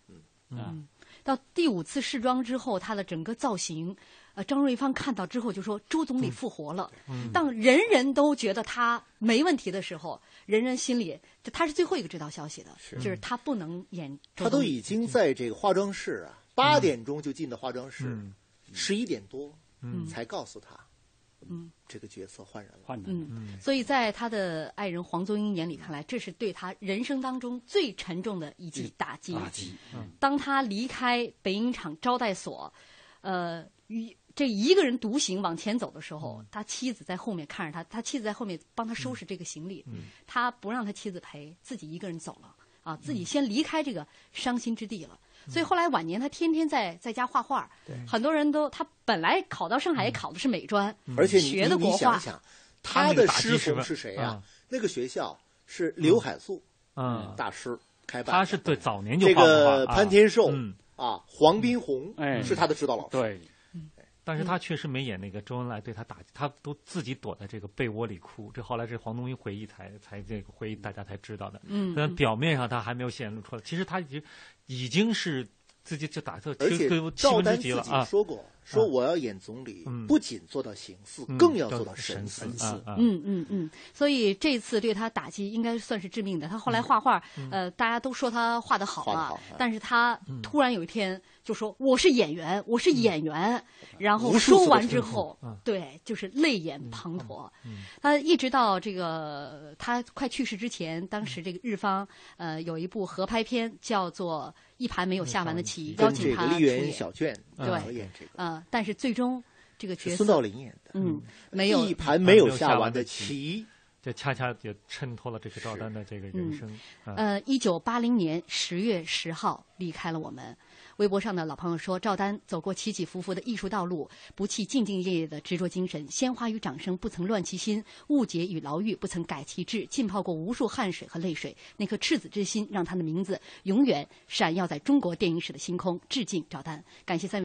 [SPEAKER 6] 嗯、啊。到第五次试妆之后，他的整个造型，呃，张瑞芳看到之后就说：“周总理复活了。
[SPEAKER 8] 嗯”
[SPEAKER 6] 当人人都觉得他没问题的时候，人人心里他是最后一个知道消息的，
[SPEAKER 9] 是
[SPEAKER 6] 就是他不能演。
[SPEAKER 9] 他都已经在这个化妆室啊，八点钟就进的化妆室，十一、
[SPEAKER 8] 嗯、
[SPEAKER 9] 点多、
[SPEAKER 8] 嗯、
[SPEAKER 9] 才告诉他，
[SPEAKER 6] 嗯，
[SPEAKER 9] 这个角色换人了，
[SPEAKER 7] 换人。
[SPEAKER 6] 嗯，所以在他的爱人黄宗英眼里看来，这是对他人生当中最沉重的一记打击。
[SPEAKER 7] 打击。
[SPEAKER 8] 嗯、
[SPEAKER 6] 当他离开北影厂招待所，呃，与这一个人独行往前走的时候，
[SPEAKER 8] 嗯、
[SPEAKER 6] 他妻子在后面看着他，他妻子在后面帮他收拾这个行李，
[SPEAKER 8] 嗯、
[SPEAKER 6] 他不让他妻子陪，自己一个人走了啊，自己
[SPEAKER 8] 嗯
[SPEAKER 6] 先离开这个伤心之地了。所以后来晚年他天天在在家画画，很多人都他本来考到上
[SPEAKER 8] 嗯
[SPEAKER 6] 海也考的是美专，
[SPEAKER 9] 而且
[SPEAKER 6] 学的国画。
[SPEAKER 9] 想想他的师傅是谁呀？那个学校是刘海粟
[SPEAKER 8] 嗯
[SPEAKER 9] 大师开办，
[SPEAKER 8] 他是对早年就
[SPEAKER 9] 这个潘天寿
[SPEAKER 8] 嗯
[SPEAKER 9] 啊，黄宾虹
[SPEAKER 8] 哎
[SPEAKER 9] 是他的指导老师。
[SPEAKER 7] 对，
[SPEAKER 8] 但是
[SPEAKER 6] 嗯
[SPEAKER 8] 他确实没演那个周恩来对他打击，他都自己躲在这个被窝里哭。这后来是黄宗英回忆才才这个回忆大家才知道的。
[SPEAKER 6] 嗯，
[SPEAKER 8] 但表面上他还没有显露出来，其实他已经已经是自己就打特，
[SPEAKER 9] 而且
[SPEAKER 8] 都气
[SPEAKER 9] 赵
[SPEAKER 8] 愤之
[SPEAKER 9] 丹自
[SPEAKER 8] 极了
[SPEAKER 9] 己
[SPEAKER 8] 啊。
[SPEAKER 9] 说过，说我要演总理，
[SPEAKER 8] 嗯
[SPEAKER 9] 不仅做到形似，
[SPEAKER 8] 嗯
[SPEAKER 9] 更要做到
[SPEAKER 8] 神
[SPEAKER 9] 似。
[SPEAKER 8] 似啊啊
[SPEAKER 6] 嗯嗯嗯，所以这次对他打击应该算是致命的。他后来画画，呃，大家都说他画的好
[SPEAKER 9] 嗯画得
[SPEAKER 6] 了
[SPEAKER 9] 好嗯，
[SPEAKER 6] 但是他突然有一天就说：“我是演员，我是演
[SPEAKER 9] 嗯
[SPEAKER 6] 员。”然后
[SPEAKER 9] 无数次
[SPEAKER 6] 说
[SPEAKER 9] 地
[SPEAKER 6] 完
[SPEAKER 9] 重
[SPEAKER 6] 之
[SPEAKER 9] 复
[SPEAKER 6] 后
[SPEAKER 8] 嗯，
[SPEAKER 6] 对，就是泪眼滂沱
[SPEAKER 8] 嗯嗯。
[SPEAKER 6] 他一直到这个他快去世之前，当时这个日方
[SPEAKER 9] 嗯
[SPEAKER 6] 呃有一部合拍片叫做《一盘没有下完的棋》，邀
[SPEAKER 9] 嗯跟
[SPEAKER 6] 请
[SPEAKER 9] 这个
[SPEAKER 6] 他
[SPEAKER 9] 丽
[SPEAKER 6] 出
[SPEAKER 9] 媛
[SPEAKER 6] 演。
[SPEAKER 9] 小卷
[SPEAKER 6] 对
[SPEAKER 9] 我演这个，
[SPEAKER 6] 呃，但是最终这个角
[SPEAKER 9] 是
[SPEAKER 6] 色
[SPEAKER 9] 孙道临演的。
[SPEAKER 6] 嗯没有
[SPEAKER 9] 一盘啊
[SPEAKER 8] 没
[SPEAKER 9] 没
[SPEAKER 8] 有
[SPEAKER 9] 有
[SPEAKER 8] 下
[SPEAKER 9] 下
[SPEAKER 8] 完
[SPEAKER 9] 完
[SPEAKER 8] 的
[SPEAKER 9] 的
[SPEAKER 8] 棋
[SPEAKER 9] 棋，
[SPEAKER 8] 这恰恰也衬托了这个赵丹的这个人生啊。
[SPEAKER 6] 呃，一九八零年十月十号离开了我们。微博上的老朋友说，赵丹走过起起伏伏的艺术道路，不弃兢兢业业的执着精神，鲜花与掌声不曾乱其心，误解与牢狱不曾改其志，浸泡过无数汗水和泪水，那颗赤子之心让他的名字永远闪耀在中国电影史的星空。致敬赵丹，感谢三位。